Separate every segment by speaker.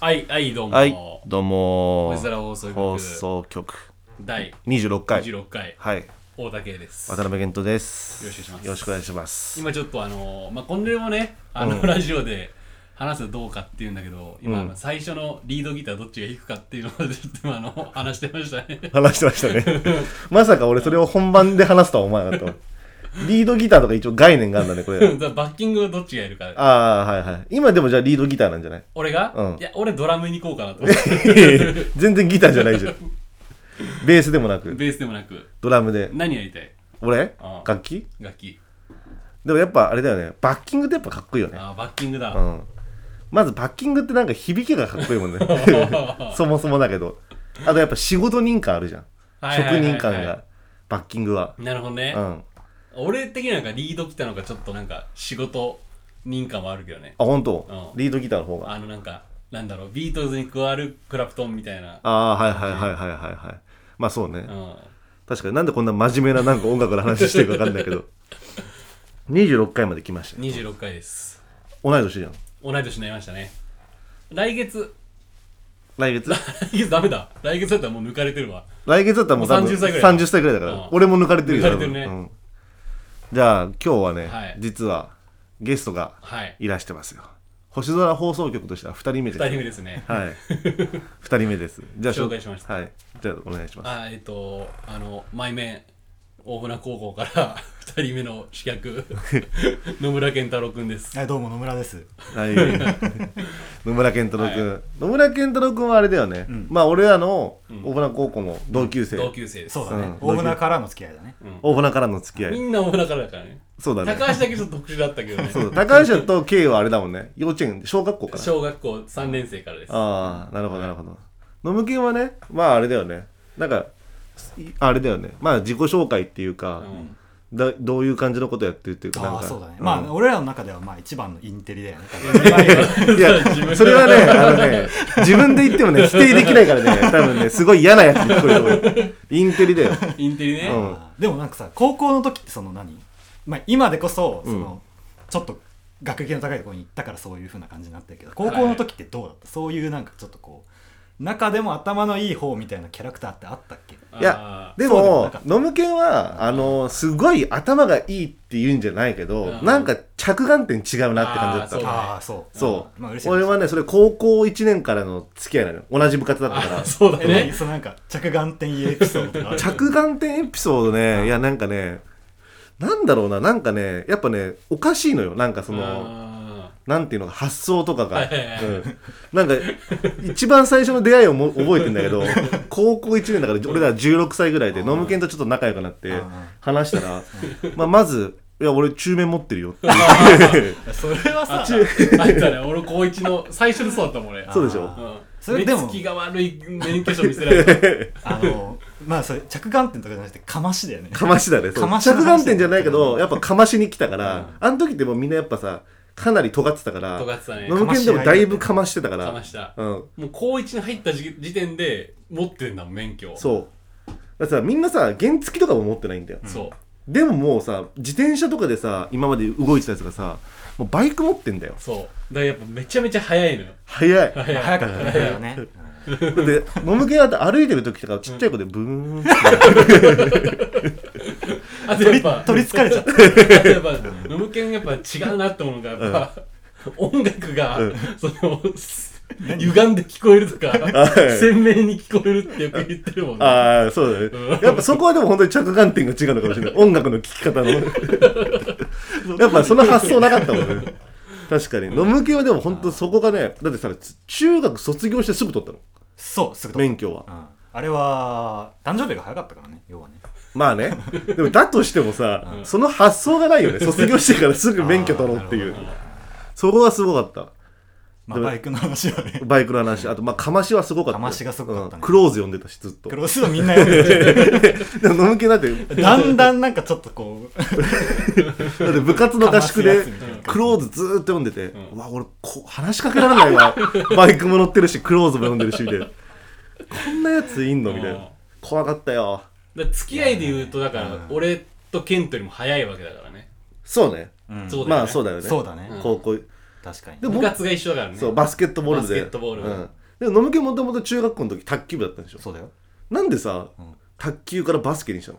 Speaker 1: はい、はい、どうも。
Speaker 2: はい、どうも
Speaker 1: おじさら放送局
Speaker 2: 放送局
Speaker 1: 第
Speaker 2: 26回
Speaker 1: 26回、
Speaker 2: はい
Speaker 1: 大竹です。
Speaker 2: 渡辺健人です
Speaker 1: よろしくお願いします
Speaker 2: よ
Speaker 1: 今
Speaker 2: ろしくお願いします
Speaker 1: ちょっとあのー、まあ、これもね、あの、ラジオで話すのどうかっていうんだけど、今、あの最初のリードギターどっちが弾くかっていうのをちょっと 今あの、話してましたね。
Speaker 2: 話してました ねまさか俺それを本番で話すとは思わなかったリードギターとか一応概念があるんだねこ れ
Speaker 1: だからバッキングどっちがやるか。
Speaker 2: ああはいはい今でもじゃあリードギターなんじゃない
Speaker 1: 俺が、
Speaker 2: うん
Speaker 1: いや、俺ドラムに行こうかな と思って。
Speaker 2: 全然ギターじゃないじゃんベースでもなく
Speaker 1: ベースでもなく、
Speaker 2: ドラムで
Speaker 1: 何やりたい
Speaker 2: 俺
Speaker 1: あ
Speaker 2: 楽器
Speaker 1: 楽器。
Speaker 2: でもやっぱあれだよねバッキングってやっぱかっこいいよね
Speaker 1: あーバッキングだ。
Speaker 2: うん、まずバッキングってなんか響きがかっこいいも んねそもそもだけどあとやっぱ仕事人感あるじゃん
Speaker 1: はいはいはい
Speaker 2: 職
Speaker 1: はい
Speaker 2: 人感がバッキングは
Speaker 1: なるほどね。
Speaker 2: うんあ
Speaker 1: 俺的になんかリード来たのがちょっとなんか仕事人感はあるけどね。
Speaker 2: 本当、
Speaker 1: うん
Speaker 2: リードギターの方が
Speaker 1: あのなんか、なんだろう、ビートルズに加わるクラプトンみたいな。
Speaker 2: ああーはいはいはいはいはいはいまあそうね、
Speaker 1: うん。
Speaker 2: 確かになんでこんな真面目ななんか音楽の話してるか分かんないけど26回まで来ましたね
Speaker 1: 26回です。
Speaker 2: 同い年じゃん
Speaker 1: 同い年になりましたね。来月、
Speaker 2: 来月
Speaker 1: 来月ダメだ。来月だったらもう抜かれてるわ。
Speaker 2: 来月だったらもう多分
Speaker 1: もう30歳ぐらい
Speaker 2: 30歳ぐらいだから、
Speaker 1: うん
Speaker 2: 俺も抜かれてるよ
Speaker 1: 抜かれてるね
Speaker 2: 多分うんじゃあ今日はね、
Speaker 1: はい
Speaker 2: 実はゲストが
Speaker 1: はい。
Speaker 2: いらしてますよ星空放送局としては2人目です
Speaker 1: 2人目ですね。
Speaker 2: はい2人目ですじゃあ
Speaker 1: 紹介しました
Speaker 2: はいじゃあお願いします
Speaker 1: あ、えっと、あの、前面、大船高校から 2人目の主役、 野村健太郎くんです。
Speaker 3: はい、どうも野村です。
Speaker 2: はい野村健太郎君、野村健太郎君はあれだよね、まあ俺らの大船高校の同級生、
Speaker 1: 同級生です。
Speaker 3: そうだね。
Speaker 2: うん
Speaker 3: 大船からの付き合いだね。
Speaker 2: 大船からの付き合
Speaker 1: み
Speaker 2: い
Speaker 1: んな大船からだからね。
Speaker 2: そうだね
Speaker 1: 高橋だけちょっと特殊だったけどね。
Speaker 2: そうだ高橋と K はあれだもんね幼稚園小学校かな
Speaker 1: 小学校3年生からです。
Speaker 2: ああなるほどなるほど野村君はねまああれだよねなんかいあれだよねまあ自己紹介っていうか、
Speaker 1: ん
Speaker 2: だどういう感じのことやってるっていうかなん
Speaker 3: あ
Speaker 2: か
Speaker 3: あ、そうだね。
Speaker 2: ん
Speaker 3: まあ、俺らの中ではまあ一番のインテリだよね。
Speaker 2: い や、それはね、あのね、自分で言ってもね、否定できないからね、 多分ね、すごい嫌なやつに聞こえると思う。インテリだよ。
Speaker 1: インテリね。
Speaker 2: うん
Speaker 3: あーでもなんかさ、高校の時ってその何まあ今でこそ、その、ちょっと学歴の高いところに行ったからそういうふうな感じになってるけど、高校の時ってどうだったそういうなんかちょっとこう、中でも頭のいい方みたいなキャラクターってあったっけ
Speaker 2: いや
Speaker 1: あ、
Speaker 2: で
Speaker 3: そうでもな
Speaker 2: も
Speaker 3: かっ、た
Speaker 2: ノムケンは、あの、すごい頭がいいって言うんじゃないけど、
Speaker 1: うん
Speaker 2: なんか着眼点違うなって感じだっ
Speaker 1: そう
Speaker 2: た。
Speaker 1: だね
Speaker 3: ああ、そう。
Speaker 2: そう
Speaker 3: まあ嬉しい。
Speaker 2: 俺はね、それ高校1年からの付き合いなのよ。同じ部活だったか
Speaker 1: あ
Speaker 2: ら。
Speaker 1: そうだ
Speaker 3: え、何
Speaker 1: ね。
Speaker 3: そのなんか、着眼点いいエピソードとかある
Speaker 2: 着眼点エピソードね、いや、なんかね、なんだろうな、なんかね、やっぱね、おかしいのよ。なんかその、
Speaker 1: あ
Speaker 2: なんていうのか発想とかが、
Speaker 1: はいはいはい
Speaker 2: うん、なんか一番最初の出会いをも覚えてんだ けど高校1年だから俺ら16歳ぐらいでノムケンとちょっと仲良くなって
Speaker 3: うん
Speaker 2: 話したら、まあ、まず「いや俺中面持ってるよ」って
Speaker 3: それはさ、
Speaker 1: あったね、俺高一の最初にそうだったもん俺。
Speaker 2: そうでしょ
Speaker 3: あー
Speaker 1: うん
Speaker 3: それでも
Speaker 1: 目つきが悪い免許証見せられた。
Speaker 3: あの、まあそれ、着眼点とかじゃなくて、かましだよね。
Speaker 2: かましだねそう
Speaker 3: かまし
Speaker 2: 着眼点じゃないけどやっぱかましに来たから、あの時ってもうみんなやっぱさかなり尖ってたから
Speaker 1: 尖ってたね
Speaker 2: ノムケンでもだいぶかましてたから
Speaker 1: かました
Speaker 2: うん、
Speaker 1: もう高一に入った時時点で持ってんだもん、免許を。
Speaker 2: そうだからさみんなさ原付とかも持ってないんだよ、
Speaker 1: そう。
Speaker 2: でももうさ自転車とかでさ今まで動いてたやつがさもうバイク持ってんだよ
Speaker 1: そう。だからやっぱめちゃめちゃ早いのよ。
Speaker 2: 速い
Speaker 1: 早い。
Speaker 3: 早かったねこれはね。
Speaker 2: だってもむけが歩いてる時とかちっちゃい子でブーンって、
Speaker 1: あとやっぱ、
Speaker 3: 取りつかれちゃった。
Speaker 1: やっぱ、ノムケンやっぱ違うなって思うのが、やっぱ、音楽が、
Speaker 2: うん
Speaker 1: その、歪んで聞こえるとか
Speaker 2: はい、
Speaker 1: 鮮明に聞こえるってよく言ってるもんね。
Speaker 2: ああそうだねやっぱそこはでも本当に着眼点が違うのかもしれない音楽の聴き方の やっぱその発想なかったもんね確かに、ノムケはでも本当そこがねだってさ中学卒業してすぐ取ったの
Speaker 3: そう、すぐ取っ
Speaker 2: 免許は
Speaker 3: たうんあれは、誕生日が早かったからね、要はね。
Speaker 2: まあねでもだとしてもさ、その発想が ないよね卒業してからすぐ免許取ろうっていう
Speaker 3: あーなるほど
Speaker 2: そこはすごかった
Speaker 3: まあ、バイクの話はね。
Speaker 2: バイクの話、あと、まあ、かましはすごかったよ。
Speaker 3: かましがすごかったね
Speaker 2: うんクローズ読んでたし、ずっと
Speaker 3: ク。ロスはみんなやる。
Speaker 2: でも、のむけだって、だ
Speaker 3: だんだんなんかちょっとこう、
Speaker 2: って部活の合宿
Speaker 3: か
Speaker 2: で
Speaker 3: ましやつみたいな、
Speaker 2: クローズずーっと読んでて、うわ、俺こ、話しかけられないわ。バイクも乗ってるし、クローズも読んでるし、みたいな。こんなやついんのみたい
Speaker 1: うん
Speaker 2: な。怖かったよ。
Speaker 1: だから付き合いで言うとだから俺とケントよりも早いわけだからね、
Speaker 2: そうね。
Speaker 3: うん
Speaker 1: そうだよね
Speaker 2: まあ、そうだよね。
Speaker 3: そうだね
Speaker 2: 高校。
Speaker 3: 確かに
Speaker 2: でも
Speaker 1: 部活が一緒だからね
Speaker 2: そうバスケットボール部で
Speaker 1: バスケットボール部
Speaker 2: うん、でも野村家もともと中学校の時卓球部だったんでしょ
Speaker 3: そうだよ
Speaker 2: なんでさ、
Speaker 3: ん
Speaker 2: 卓球からバスケにしたの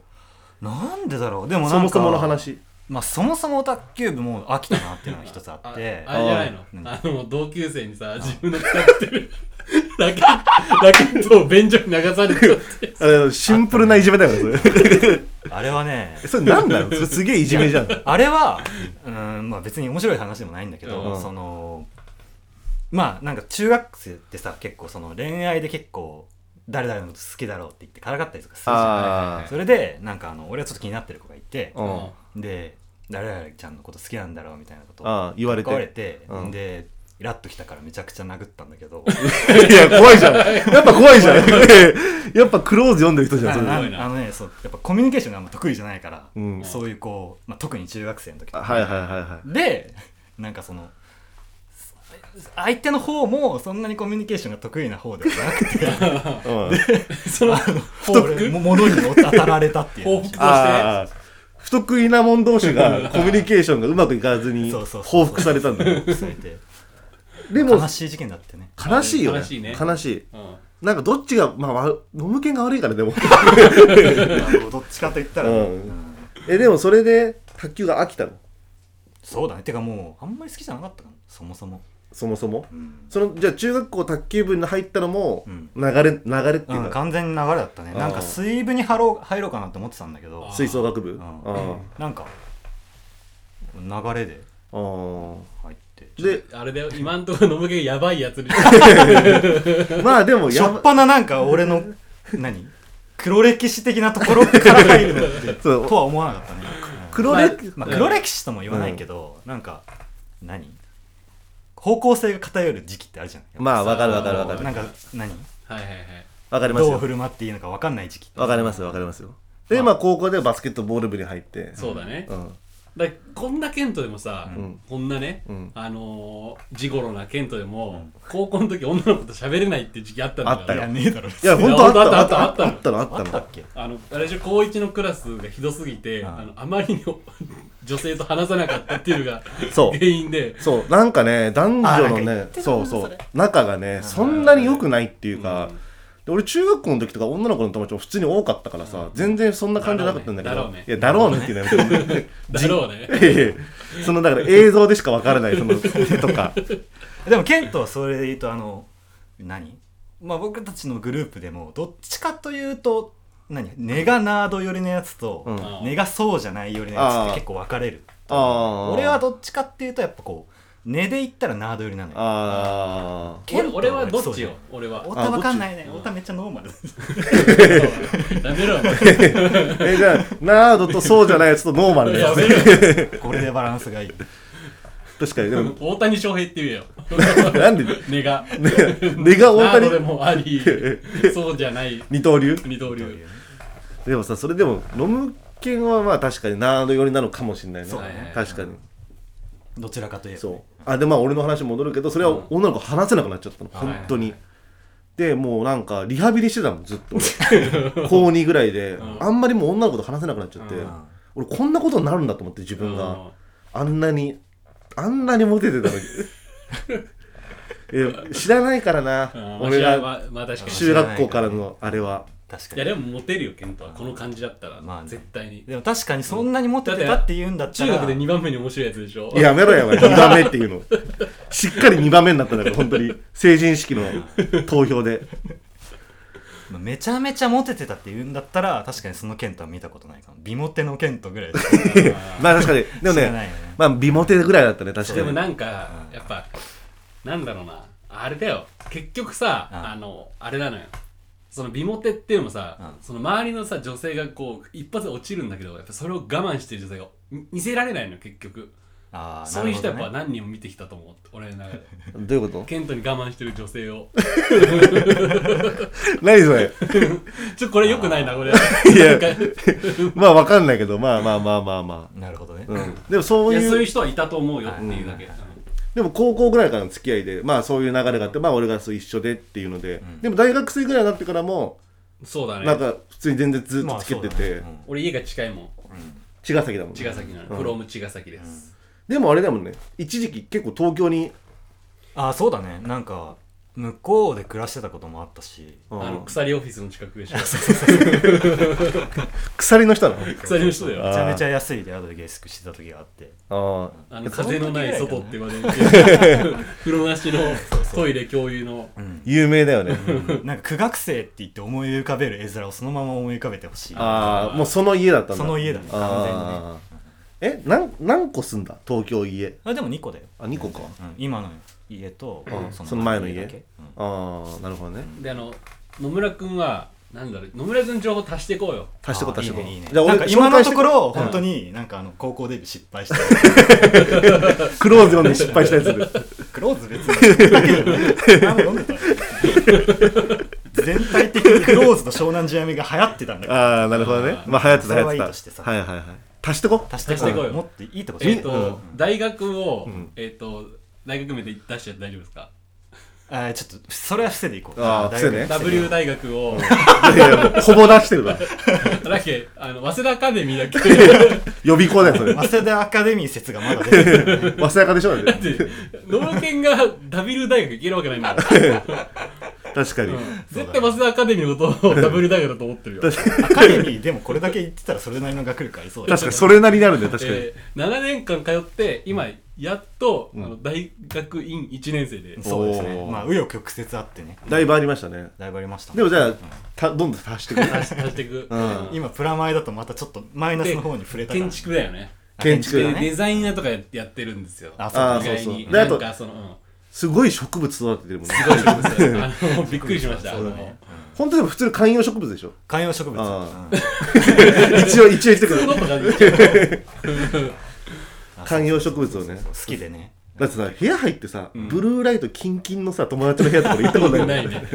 Speaker 3: なんでだろうでもなんか
Speaker 2: そもそもの話
Speaker 3: まあそもそも卓球部も飽きたなっていうのが一つあ
Speaker 1: あ
Speaker 3: っ
Speaker 1: あれ
Speaker 3: て
Speaker 1: じゃないの
Speaker 3: うん
Speaker 1: あの同級生にさ自分の使ってる ラケラケットを便所に流されてるって
Speaker 2: あれシンプルないじめだよねそれ
Speaker 3: あれはね
Speaker 2: それなんなのそれすげえいじめじゃん
Speaker 3: あれは、うんまあ、別に面白い話でもないんだけど、
Speaker 2: うん
Speaker 3: そのまあなんか中学生ってさ結構その恋愛で結構誰々のこと好きだろうって言ってからかったりとかするじゃ
Speaker 2: あ
Speaker 3: んそれでなんかあの俺はちょっと気になってる子がいて
Speaker 2: あ、うん、
Speaker 3: で誰々ちゃんのこと好きなんだろうみたいなことを
Speaker 2: ああ言われて
Speaker 3: 言われて、
Speaker 2: うん
Speaker 3: でイラッときたからめちゃくちゃ殴ったんだけど
Speaker 2: いや怖いじゃんやっぱ怖いじゃん やっぱクローズ読んでる人じゃん
Speaker 3: あ
Speaker 2: それ
Speaker 3: な
Speaker 2: は
Speaker 1: すごいな
Speaker 3: あのねそうやっぱコミュニケーションがあんま得意じゃないから、
Speaker 2: うん
Speaker 3: そういうこう、まあ、特に中学生の時とか
Speaker 2: いはいはいは
Speaker 3: でなんかその相手の方もそんなにコミュニケーションが得意な方ではなくて
Speaker 2: い、うん、
Speaker 1: その
Speaker 3: 不得も物に当たられたっていう
Speaker 1: 報
Speaker 3: 話
Speaker 1: 復と
Speaker 2: ああ不得意なもん同士がコミュニケーションがうまくいかずに
Speaker 3: そうそうそう
Speaker 2: 報復されたんだよ
Speaker 3: されて
Speaker 2: でも
Speaker 3: 悲しい事件だってね
Speaker 2: 悲しいよね
Speaker 1: 悲しいね
Speaker 2: 悲しい
Speaker 1: し
Speaker 2: なんかどっちがまあわ飲む犬が悪いからでも
Speaker 3: どっちかと言ったら、
Speaker 2: うん
Speaker 3: うん
Speaker 2: えでもそれで卓球が飽きたの
Speaker 3: そうだねてかもうあんまり好きじゃなかったかなそもそも、
Speaker 2: そもそも
Speaker 3: うん
Speaker 2: そのじゃあ中学校卓球部に入ったのも
Speaker 3: うん
Speaker 2: 流れ流れっていう
Speaker 3: うん
Speaker 2: か、
Speaker 3: 完全に流れだったね
Speaker 2: あー
Speaker 3: なんか水部に入ろう入ろうかなって思ってたんだけど
Speaker 1: あ
Speaker 2: 吹奏楽部
Speaker 3: うん
Speaker 2: あ
Speaker 3: なんか流れで
Speaker 2: ああ
Speaker 3: 入って
Speaker 2: あで
Speaker 1: あれだよ今んところのむけやばいやつ に
Speaker 2: まあでも
Speaker 3: し
Speaker 2: や
Speaker 3: ょっ
Speaker 2: ば
Speaker 3: ぱななんか俺の何黒歴史的なところから入るのって
Speaker 2: そう
Speaker 3: とは思わなかったね、
Speaker 2: 黒歴
Speaker 3: うんまあ、黒歴史とも言わないけど、なんか何方向性が偏る時期ってあるじゃん
Speaker 2: まあわかるわかるわ
Speaker 1: あ
Speaker 2: かる
Speaker 3: なんか何
Speaker 1: はいはいはい
Speaker 2: わかります
Speaker 3: どう
Speaker 2: よ
Speaker 3: 振る舞っていいのか分かんない時期って
Speaker 2: わかりますよわかりますよでまあ高校でバスケットボール部に入って
Speaker 1: そうだね
Speaker 2: うん
Speaker 1: だからこんなケントでもさ、
Speaker 2: ん
Speaker 1: こんなね、
Speaker 2: うん
Speaker 1: あのー、ジゴロなケントでも、高校の時女の子と喋れないって時期あったんだから
Speaker 2: あった
Speaker 3: い
Speaker 2: よ
Speaker 3: やねえだろ
Speaker 2: いや
Speaker 1: いや
Speaker 2: 本当あ
Speaker 1: 本
Speaker 2: っ
Speaker 1: 当あ
Speaker 2: たあっ
Speaker 1: った
Speaker 2: たあった
Speaker 1: あ
Speaker 2: あ
Speaker 1: っ
Speaker 2: ったのあった
Speaker 3: あった
Speaker 2: の
Speaker 3: っけ
Speaker 1: あのあれでしょ高1のクラスがひどすぎて、
Speaker 3: うん
Speaker 1: あのあまりにも 女性と話さなかったっていうのが
Speaker 2: そう
Speaker 1: 原因で
Speaker 2: そうなんかね男女の
Speaker 3: あなんか言
Speaker 2: ね
Speaker 3: ってたな
Speaker 2: そうそ
Speaker 3: そうれ
Speaker 2: 仲がねそんなに良くないっていうか、で俺中学校の時とか女の子の友達も普通に多かったからさ、全然そんな感じなかったんだけど
Speaker 1: だろうね
Speaker 2: いやだろうねっていうのはやめて
Speaker 1: だろうね
Speaker 2: いやいや そのだから映像でしかわからないその手とか
Speaker 3: でもケントはそれで言うとあの何まあ僕たちのグループでもどっちかというと何根がナード寄りのやつと、
Speaker 2: うん
Speaker 3: 根がそうじゃない寄りのやつって結構分かれる
Speaker 2: ああ
Speaker 3: 俺はどっちかっていうとやっぱこう根で言ったらナード寄りなのよ
Speaker 2: ああ
Speaker 1: 俺俺はどっちよ
Speaker 3: そう
Speaker 1: 俺は
Speaker 3: 太
Speaker 2: あ
Speaker 3: 田わかんないね
Speaker 1: どっち
Speaker 3: 太田めっちゃノーマル
Speaker 1: やめろ よ
Speaker 2: えじゃあナードとそうじゃないやつとノーマルのや
Speaker 1: や
Speaker 2: つ
Speaker 1: め
Speaker 2: ね
Speaker 1: ろよ
Speaker 3: これでバランスがいい
Speaker 2: 確かにでも
Speaker 1: 大谷翔平って言えよ
Speaker 2: なんで
Speaker 1: 根が
Speaker 2: 根が大
Speaker 1: ナードで
Speaker 2: 谷
Speaker 1: もありそうじゃない
Speaker 2: 二刀流
Speaker 1: 二刀流
Speaker 2: でもさそれでも飲む犬はまあ確かにナード寄りなのかもしれないね
Speaker 3: そう
Speaker 1: だね
Speaker 2: 確かに
Speaker 3: どちらかといえば
Speaker 2: そうあでまあ俺の話戻るけどそれは女の子話せなくなっちゃったの、
Speaker 1: うん
Speaker 2: 本当に、でもうなんかリハビリしてたもんずっと 俺高2ぐらいで、
Speaker 1: ん
Speaker 2: あんまりもう女の子と話せなくなっちゃって、
Speaker 1: うん
Speaker 2: 俺こんなことになるんだと思って自分
Speaker 1: うん
Speaker 2: が、あんなにあんなにモテてたのにいや知らないからな、
Speaker 1: うん
Speaker 2: 俺
Speaker 1: わしは
Speaker 2: が
Speaker 1: まあまあ確かに
Speaker 2: 中学校からのあれは
Speaker 3: 確か
Speaker 1: いや
Speaker 3: に
Speaker 1: でもモテるよケントはこの感じだったら、
Speaker 3: まあね
Speaker 1: 絶対に
Speaker 3: でも確かにそんなに持っててたって言うんだった
Speaker 1: 中
Speaker 3: ら
Speaker 1: 学で2番目に面白いやつでしょ
Speaker 2: やめろやばい2番目っていうのしっかり2番目になったんだから本当に成人式の投票で
Speaker 3: まあめちゃめちゃモテてたって言うんだったら確かにそのケントは見たことないかも美モテのケントぐらいで
Speaker 2: まあ確かにでも
Speaker 3: 知らない
Speaker 2: ね
Speaker 3: よね
Speaker 2: まあ美モテぐらいだったね確かに
Speaker 1: でもなんか、やっぱなんだろうなあれだよ結局さ、
Speaker 3: うん
Speaker 1: あのあれなのよその美モテっていうのもさ、
Speaker 3: うん
Speaker 1: その周りのさ女性がこう一発で落ちるんだけどやっぱそれを我慢してる女性がみ見せられないのよ結局
Speaker 3: あー
Speaker 1: そういう人やっぱ
Speaker 3: なる
Speaker 1: 何人も見てきたと思う俺の中で
Speaker 2: どういうこ
Speaker 1: ケントに我慢してる女性を
Speaker 2: と何それ
Speaker 1: ちょこれよくないなこれ
Speaker 2: いや
Speaker 1: なんか
Speaker 2: まあわかんないけどまあまあまあまあま
Speaker 3: ほどねなるほどね、
Speaker 2: あ、うん、でもそう
Speaker 1: い
Speaker 2: い
Speaker 1: や
Speaker 2: う
Speaker 1: そういう人はいたと思うよっていうだけ、うん
Speaker 2: でも高校ぐらいからの付き合いでまあそういう流れがあってまあ俺がそう一緒でっていうので、
Speaker 3: ん
Speaker 2: でも大学生ぐらいになってからも
Speaker 1: そうだね
Speaker 2: なんか普通に全然ずっとつけて
Speaker 3: まあそう
Speaker 2: て、
Speaker 3: だねうん
Speaker 1: 俺家が近いもん
Speaker 2: 茅ヶ崎だもんね
Speaker 1: 茅ヶ崎なの、
Speaker 2: うん
Speaker 1: フローム茅ヶ崎です、
Speaker 2: ででもあれだもんね一時期結構東京に
Speaker 3: あそうだねなんか向こうで暮らしてたこともあったし
Speaker 2: あ
Speaker 1: あの
Speaker 2: の
Speaker 1: 鎖オフィスの近くでしょ
Speaker 2: 鎖の人なの
Speaker 1: 鎖の人だよ
Speaker 3: めちゃめちゃ安い宿で下宿してた時があって
Speaker 2: あ
Speaker 1: あ
Speaker 2: あ
Speaker 1: の風のない外って言われる風呂なしのトイレ共有の
Speaker 2: 有名だよね
Speaker 3: なんか苦学生って言って思い浮かべる絵面をそのまま思い浮かべてほしい
Speaker 2: ああもうその家だったんだ
Speaker 3: その家だね
Speaker 2: ああえなん何個住んだ東京家
Speaker 3: あでも2個だよ、
Speaker 2: あ2個か
Speaker 3: うん、今の家と
Speaker 2: うんその前の家
Speaker 3: だけうん
Speaker 2: ああなるほどね
Speaker 1: であの野村くんはなんだろう野村くん情報足していこうよ
Speaker 2: 足してこう足してこ
Speaker 3: あいいねいいね
Speaker 2: じゃあ
Speaker 3: なんか
Speaker 2: 俺
Speaker 3: 今
Speaker 2: 紹
Speaker 3: の
Speaker 2: 介し
Speaker 3: と
Speaker 2: て
Speaker 3: こ
Speaker 2: こ
Speaker 3: ろ本当になんかあの高校デビュー失敗した
Speaker 2: クローズ読んで失敗したやつで
Speaker 3: クローズ別に何も飲んでた全体的にクローズと湘南試合が流行ってたんだけ
Speaker 2: ああなるほどねまあ流行ってた
Speaker 3: そ
Speaker 2: 流
Speaker 3: れ
Speaker 2: 行っ
Speaker 3: は
Speaker 2: て
Speaker 3: いい
Speaker 2: た
Speaker 3: としてさ
Speaker 2: はいはいはい足してこ
Speaker 3: ど足して
Speaker 1: 足してこ
Speaker 3: こ
Speaker 1: い
Speaker 3: い
Speaker 1: よ
Speaker 3: もっといいとこ
Speaker 1: えっ、
Speaker 3: え
Speaker 1: と、
Speaker 2: うん
Speaker 1: 大学を、
Speaker 2: ん
Speaker 1: えっ、と大学名で出しちゃって大丈夫ですか
Speaker 3: あーちょっとそれは伏せでいこう
Speaker 2: あー
Speaker 3: 大
Speaker 2: 伏せ
Speaker 3: 学
Speaker 2: ね
Speaker 3: の
Speaker 1: W 大学を
Speaker 2: ういやいやもうほぼ出してるから
Speaker 1: だっけあの早稲田アカデミー だっけ
Speaker 2: 予備校だよそれ
Speaker 3: 早稲田アカデミー説がまだ出てる
Speaker 2: 早稲田でしょだって
Speaker 1: で野村くんが W 大学行けるわけないんだから、
Speaker 2: 確かに
Speaker 1: 絶対早稲田アカデミーのことを W 大学だと思ってるよ
Speaker 2: 確かに
Speaker 3: アカデミーでもこれだけ言ってたらそれなりの学力ありそうだよ
Speaker 2: 確かにそれなりになるんだよ確かに
Speaker 1: えー、7年間通って今やっと、あの大学院1年生で
Speaker 3: そうですね
Speaker 2: おー
Speaker 3: まあ紆余曲折あってね
Speaker 2: だいぶありましたね
Speaker 3: だいぶありました
Speaker 2: でもじゃあたどんどん足してくる
Speaker 1: 足していく、
Speaker 2: うん
Speaker 3: 今プラマイだとまたちょっとマイナス
Speaker 1: で
Speaker 3: の方に触れたから
Speaker 1: 建築だよね
Speaker 3: あ
Speaker 2: 建築
Speaker 1: で
Speaker 2: だ
Speaker 3: 建
Speaker 1: デザイナーとかやってるんですよ
Speaker 3: あ
Speaker 2: あ
Speaker 3: そ
Speaker 2: あ
Speaker 3: う
Speaker 1: 意
Speaker 2: そう
Speaker 1: 外
Speaker 2: そう
Speaker 1: に
Speaker 2: であ
Speaker 1: なん
Speaker 2: と
Speaker 1: かその、うん
Speaker 2: すごい植物育ててるもんね
Speaker 1: すごいですねあのびっくりしましたあ
Speaker 3: そうだ
Speaker 1: の
Speaker 3: ね
Speaker 2: 本当でも普通の観葉植物でしょ
Speaker 3: 観葉植物
Speaker 2: あ
Speaker 3: うん
Speaker 2: 一応一応言ってく
Speaker 1: そういう
Speaker 2: る
Speaker 1: ことができる
Speaker 2: 観葉植物をね
Speaker 3: 好きでね
Speaker 2: だってさ部屋入ってさブルーライトキンキンのさ友達の部屋とか俺行ったことない
Speaker 1: ないね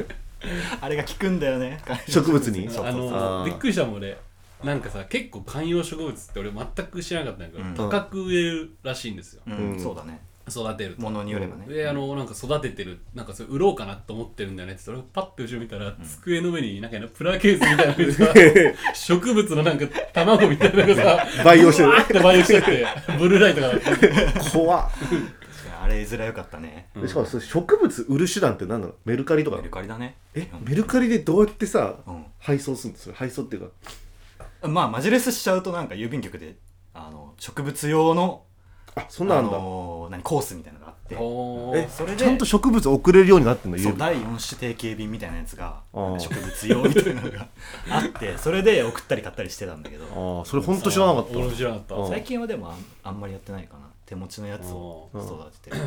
Speaker 3: あれが効くんだよね
Speaker 2: 植物に
Speaker 3: そう
Speaker 1: あ
Speaker 2: あ
Speaker 1: の
Speaker 2: ー
Speaker 1: びっくりしたもん俺なんかさ結構観葉植物って俺全く知らなかったんだけど、
Speaker 3: うん
Speaker 1: 高く植えるらしいんですよ
Speaker 3: う
Speaker 2: うん
Speaker 3: んそうだね
Speaker 1: 育てると
Speaker 3: ものによればね
Speaker 1: であのなんか育ててるなんかそれ売ろうかなと思ってるんだよねってそれをパッて後ろ見たら、机の上になんかねプラケースみ たいなのがさ植物のなんか卵みたいなのが さ
Speaker 2: 培養してる
Speaker 1: バーって培養してってブルーライトが
Speaker 2: 怖っ
Speaker 3: 確かにあれいずれよかったね
Speaker 2: しかもそれ植物売る手段って何なのメルカリとか
Speaker 3: メルカリだね
Speaker 2: えメルカリでどうやってさ
Speaker 3: うん
Speaker 2: 配送するんです配送っていうか
Speaker 3: まあマジレスしちゃうとなんか郵便局であの植物用の
Speaker 2: あそ
Speaker 3: あ
Speaker 2: んなんあんだ
Speaker 3: のー何コースみたいなのがあって
Speaker 1: おー
Speaker 2: え
Speaker 3: それで
Speaker 2: ちゃんと植物送れるようになってんの
Speaker 3: そ
Speaker 2: 郵
Speaker 3: う
Speaker 2: 便
Speaker 3: 第4種定型便みたいなやつが
Speaker 2: あー
Speaker 3: 植物用みたいなのがあってそれで送ったり買ったりしてたんだけど
Speaker 2: ああそれ本当知らなかった
Speaker 1: 俺も知らなかった、
Speaker 2: うん
Speaker 3: 最近はでもあんあんまりやってないかな手持ちのやつを
Speaker 2: うん
Speaker 3: 育ててる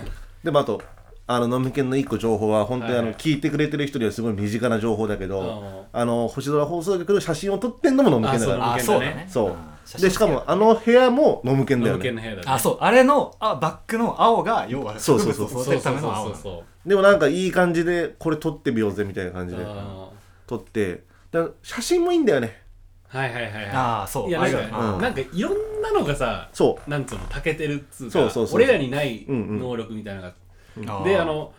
Speaker 2: でもあとあの飲み犬の一個情報は本当にあ
Speaker 1: は
Speaker 2: の
Speaker 1: い
Speaker 2: 聞いてくれてる人にはすごい身近な情報だけど
Speaker 1: う
Speaker 2: あの星空放送局の写真を撮ってんのも飲む犬だか
Speaker 1: あ
Speaker 2: ら
Speaker 3: あ
Speaker 1: 無
Speaker 3: そ
Speaker 1: 限
Speaker 3: う
Speaker 1: だね
Speaker 3: だねうん写
Speaker 2: そうで
Speaker 3: 真
Speaker 2: しかもあの部屋も飲む犬だよ
Speaker 1: 農研の
Speaker 2: ね
Speaker 1: 部屋だね
Speaker 3: あそうあれのあバックの青が要は
Speaker 2: そ
Speaker 3: 植
Speaker 2: う
Speaker 3: 物
Speaker 2: そう
Speaker 3: を
Speaker 2: そう
Speaker 3: 育てるための青
Speaker 1: そ
Speaker 3: な
Speaker 1: う
Speaker 3: の
Speaker 1: そう
Speaker 2: でもなんかいい感じでこれ撮ってみようぜみたいな感じ
Speaker 1: そう
Speaker 2: で
Speaker 1: あ
Speaker 2: 撮ってだから写真もいいんだよね
Speaker 1: ーはいはいはいはい
Speaker 3: ああそう
Speaker 1: いや
Speaker 3: あ
Speaker 1: な
Speaker 3: れ
Speaker 1: ん
Speaker 3: が
Speaker 1: か,、
Speaker 2: うん
Speaker 1: なんかいろんなのがさ
Speaker 2: そ
Speaker 1: なんつうのたけてるっつうか
Speaker 2: そうそうそうそう
Speaker 1: 俺らにない
Speaker 2: うんうん
Speaker 1: 能力みたいなのが、
Speaker 3: ー
Speaker 1: であの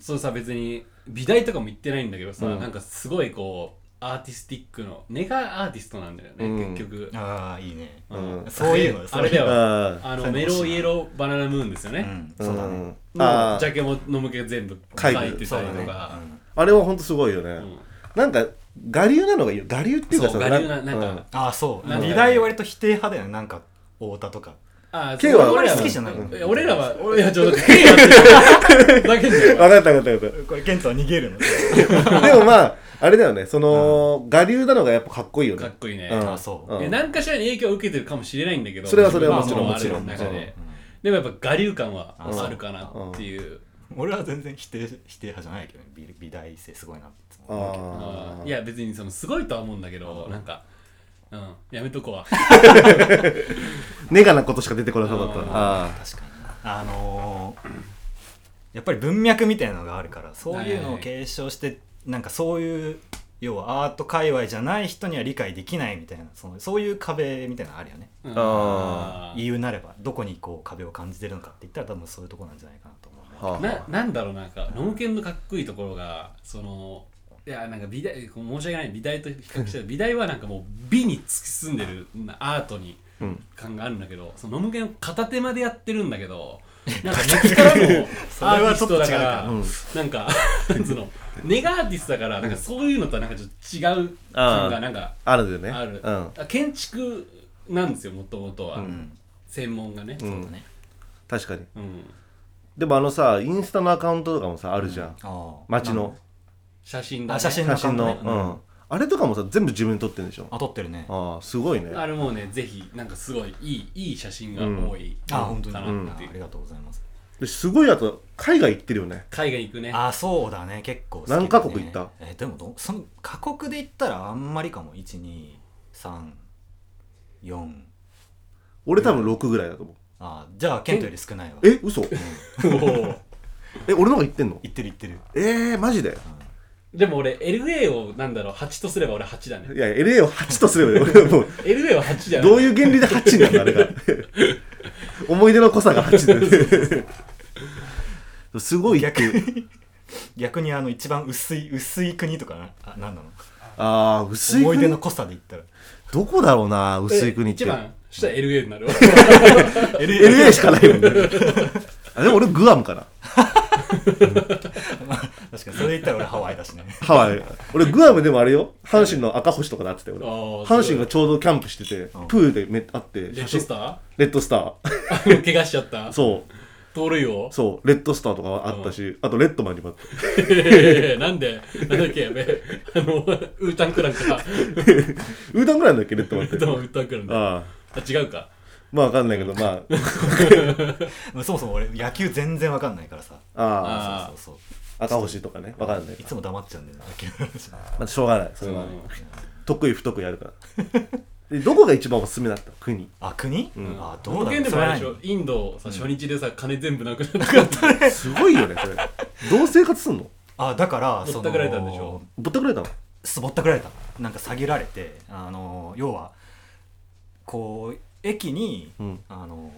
Speaker 1: そのさ別に美大とかも行ってないんだけどさ、
Speaker 2: うん
Speaker 1: なんかすごいこうアーティスティックのネガアーティストなんだよね、
Speaker 2: うん
Speaker 1: 結局
Speaker 3: あーいいね
Speaker 2: う、うん
Speaker 1: ん
Speaker 3: そういうの
Speaker 1: あれだ
Speaker 2: あ
Speaker 1: よ
Speaker 2: ー
Speaker 1: あ
Speaker 3: そ
Speaker 1: の
Speaker 3: う
Speaker 1: メ
Speaker 3: いうの
Speaker 1: ロ
Speaker 3: 欲しいな
Speaker 1: イエローバナナムーンですよ
Speaker 3: う
Speaker 1: ね、
Speaker 3: んそうだね
Speaker 2: うん
Speaker 1: の
Speaker 2: あ
Speaker 1: ジャ
Speaker 2: ー
Speaker 1: ケも飲むけ全部書
Speaker 2: 書
Speaker 1: い
Speaker 2: い
Speaker 1: て
Speaker 2: てる
Speaker 1: たりと
Speaker 3: そうだね
Speaker 1: か
Speaker 3: うん
Speaker 2: あれは本当すごいよね、
Speaker 1: ん
Speaker 2: なんか我流なのがいいよ我流っていうか
Speaker 1: そ
Speaker 2: さ
Speaker 1: う我流ななんか
Speaker 2: うん
Speaker 3: ああそう
Speaker 1: なんか
Speaker 3: 美大割と否定派だよねなんか太田とか
Speaker 1: ああ
Speaker 2: K は
Speaker 1: 俺ら
Speaker 2: あんまり好き
Speaker 3: じゃない
Speaker 1: いや俺らは俺らちょっと K はってだけだよ
Speaker 2: 分かった分かった分かった
Speaker 3: これ健人は逃げ るの
Speaker 2: でもまあ、あれだよね、その、我流なのがやっぱかっこいいよね。
Speaker 1: かっこいいね、
Speaker 2: うん
Speaker 3: あそう
Speaker 2: うん
Speaker 1: え何かしらに影響を受けてるかもしれないんだけど
Speaker 2: それはそれは
Speaker 1: まあ
Speaker 2: もちろん
Speaker 1: まあ
Speaker 2: もちろん
Speaker 1: ある中で、
Speaker 3: うん
Speaker 1: でもやっぱ我流感はあるかなっていう、
Speaker 3: 俺は全然否定否定派じゃないけどね美美大生すごいなっていつも思うけど
Speaker 2: あ
Speaker 1: う
Speaker 2: あ
Speaker 1: んいや別にそのすごいとは思うんだけどなんか、うん、やめとこわ
Speaker 2: ネガなことしか出てこなさかった。ああ
Speaker 3: 確かになあのーやっぱり文脈みたいなのがあるからそういうのを継承してなんかそういう要はアート界隈じゃない人には理解できないみたいなそのそういう壁みたいなのあるよね
Speaker 1: うん
Speaker 2: あ
Speaker 3: 理由なればどこにこう壁を感じてるのかって言ったら多分そういうとこなんじゃないかなと思うね
Speaker 2: はあ
Speaker 1: ななんだろうなんかノンケンのかっこいいところがそのいやなんか美大申し訳ない美大と比較したら美大はなんかもう美に突き進んでるアートに
Speaker 2: うん
Speaker 1: 感があるんだけどそのノムケンを片手間でやってるんだけど なんかどっちからもアーティストだから、
Speaker 2: うん
Speaker 1: なんか そのネガアーティストだからなんかそういうのとはなんかちょっと違う感がなんか
Speaker 2: あるよね
Speaker 1: ある、
Speaker 2: うん
Speaker 1: 建築なんですよもともとは、
Speaker 3: うん
Speaker 1: 専門がね、
Speaker 2: うん
Speaker 4: ね
Speaker 2: 確かに
Speaker 1: うん
Speaker 2: でもあのさインスタのアカウントとかもさあるじゃん
Speaker 3: ああ
Speaker 2: 街の
Speaker 1: 写真だ、ね、
Speaker 3: あ写真
Speaker 2: 写真
Speaker 3: な
Speaker 2: の
Speaker 3: んか
Speaker 2: うんあれとかもさ全部自分で撮ってるんでしょ
Speaker 3: あ撮ってるね
Speaker 2: ああすごいね
Speaker 1: あれもうねぜひなんかすごいいいいい写真が多い、
Speaker 3: あ本当に
Speaker 1: か
Speaker 3: あ
Speaker 1: なっていう、
Speaker 3: ありがとうございます
Speaker 2: ですごいあと海外行ってるよね
Speaker 1: 海外行くね
Speaker 3: あそうだね結構好きだね
Speaker 2: 何カ国行った
Speaker 3: えでもどその過酷で行ったらあんまりかも1234
Speaker 2: 俺多分6ぐらいだと思う
Speaker 3: あじゃあケントより少ないわ
Speaker 2: え嘘
Speaker 1: お
Speaker 2: え俺の方が行ってんの
Speaker 3: 行ってる行ってる
Speaker 2: えーマジで
Speaker 1: でも俺 LA をなんだろう8とすれば俺8だね
Speaker 2: いや LA を8とすればよ俺はもう
Speaker 1: LA は8じゃない
Speaker 2: どういう原理で8なんだあれが思い出の濃さが8ですごい行っ
Speaker 3: 逆
Speaker 2: てる
Speaker 3: に逆にあの一番薄い薄い国とかなあ何なの
Speaker 2: ああ薄い
Speaker 3: 思い出
Speaker 2: 国
Speaker 3: の濃さで言ったら
Speaker 2: どこだろうな薄い国って
Speaker 1: 一番したら LA にな る
Speaker 2: LA しかないもんねあでも俺グアムかな
Speaker 3: 確かにそれで言ったら俺ハワイだしね
Speaker 2: ハワイ俺グアムでもあれよ阪神の赤星とかなってたよ俺
Speaker 1: あー
Speaker 2: 阪神がちょうどキャンプしてて
Speaker 3: うん
Speaker 2: プールでめあって
Speaker 1: レッドスターあ
Speaker 2: レッドスタ
Speaker 1: の 怪我しちゃった
Speaker 2: ーそう
Speaker 1: 盗塁を
Speaker 2: そうレッドスターとかはあったし、あとレッドマンにもあった
Speaker 1: ええ なんでなんだっけやべえあのウータンクランか
Speaker 2: ウータンぐらいなんだっけレッドマンっ
Speaker 1: ウ
Speaker 2: て
Speaker 1: ータンクランだあ
Speaker 2: ああ
Speaker 1: 違うか
Speaker 2: まあわかんないけ どまあ
Speaker 3: まあそもそも俺野球全然わかんないからさ
Speaker 2: ああ
Speaker 1: あー
Speaker 3: そうそうそ
Speaker 2: 赤星とかねわかんないう
Speaker 3: いつも黙っちゃうんだよね野球の話
Speaker 2: まあ、しょうがないそれはね、
Speaker 1: う
Speaker 2: 得意不得意あるからでどこが一番おすすめだった国
Speaker 3: あ国、
Speaker 2: ん
Speaker 3: あどう
Speaker 1: 保
Speaker 3: だろ
Speaker 1: 険
Speaker 3: う
Speaker 1: で
Speaker 3: そ
Speaker 1: も
Speaker 3: れ
Speaker 1: あ
Speaker 3: は
Speaker 1: れでしょ
Speaker 3: 何
Speaker 1: インドさ初日でさ金全部なくなったから
Speaker 2: すごいよねそれどう生活すんの
Speaker 3: あだから
Speaker 1: ぼ
Speaker 3: そ
Speaker 1: っ
Speaker 3: の
Speaker 1: たくられたんでしょ
Speaker 2: ぼったくられたの
Speaker 3: すぼったくられたなんか下げられてあの要はこう駅に、
Speaker 2: うん
Speaker 3: あの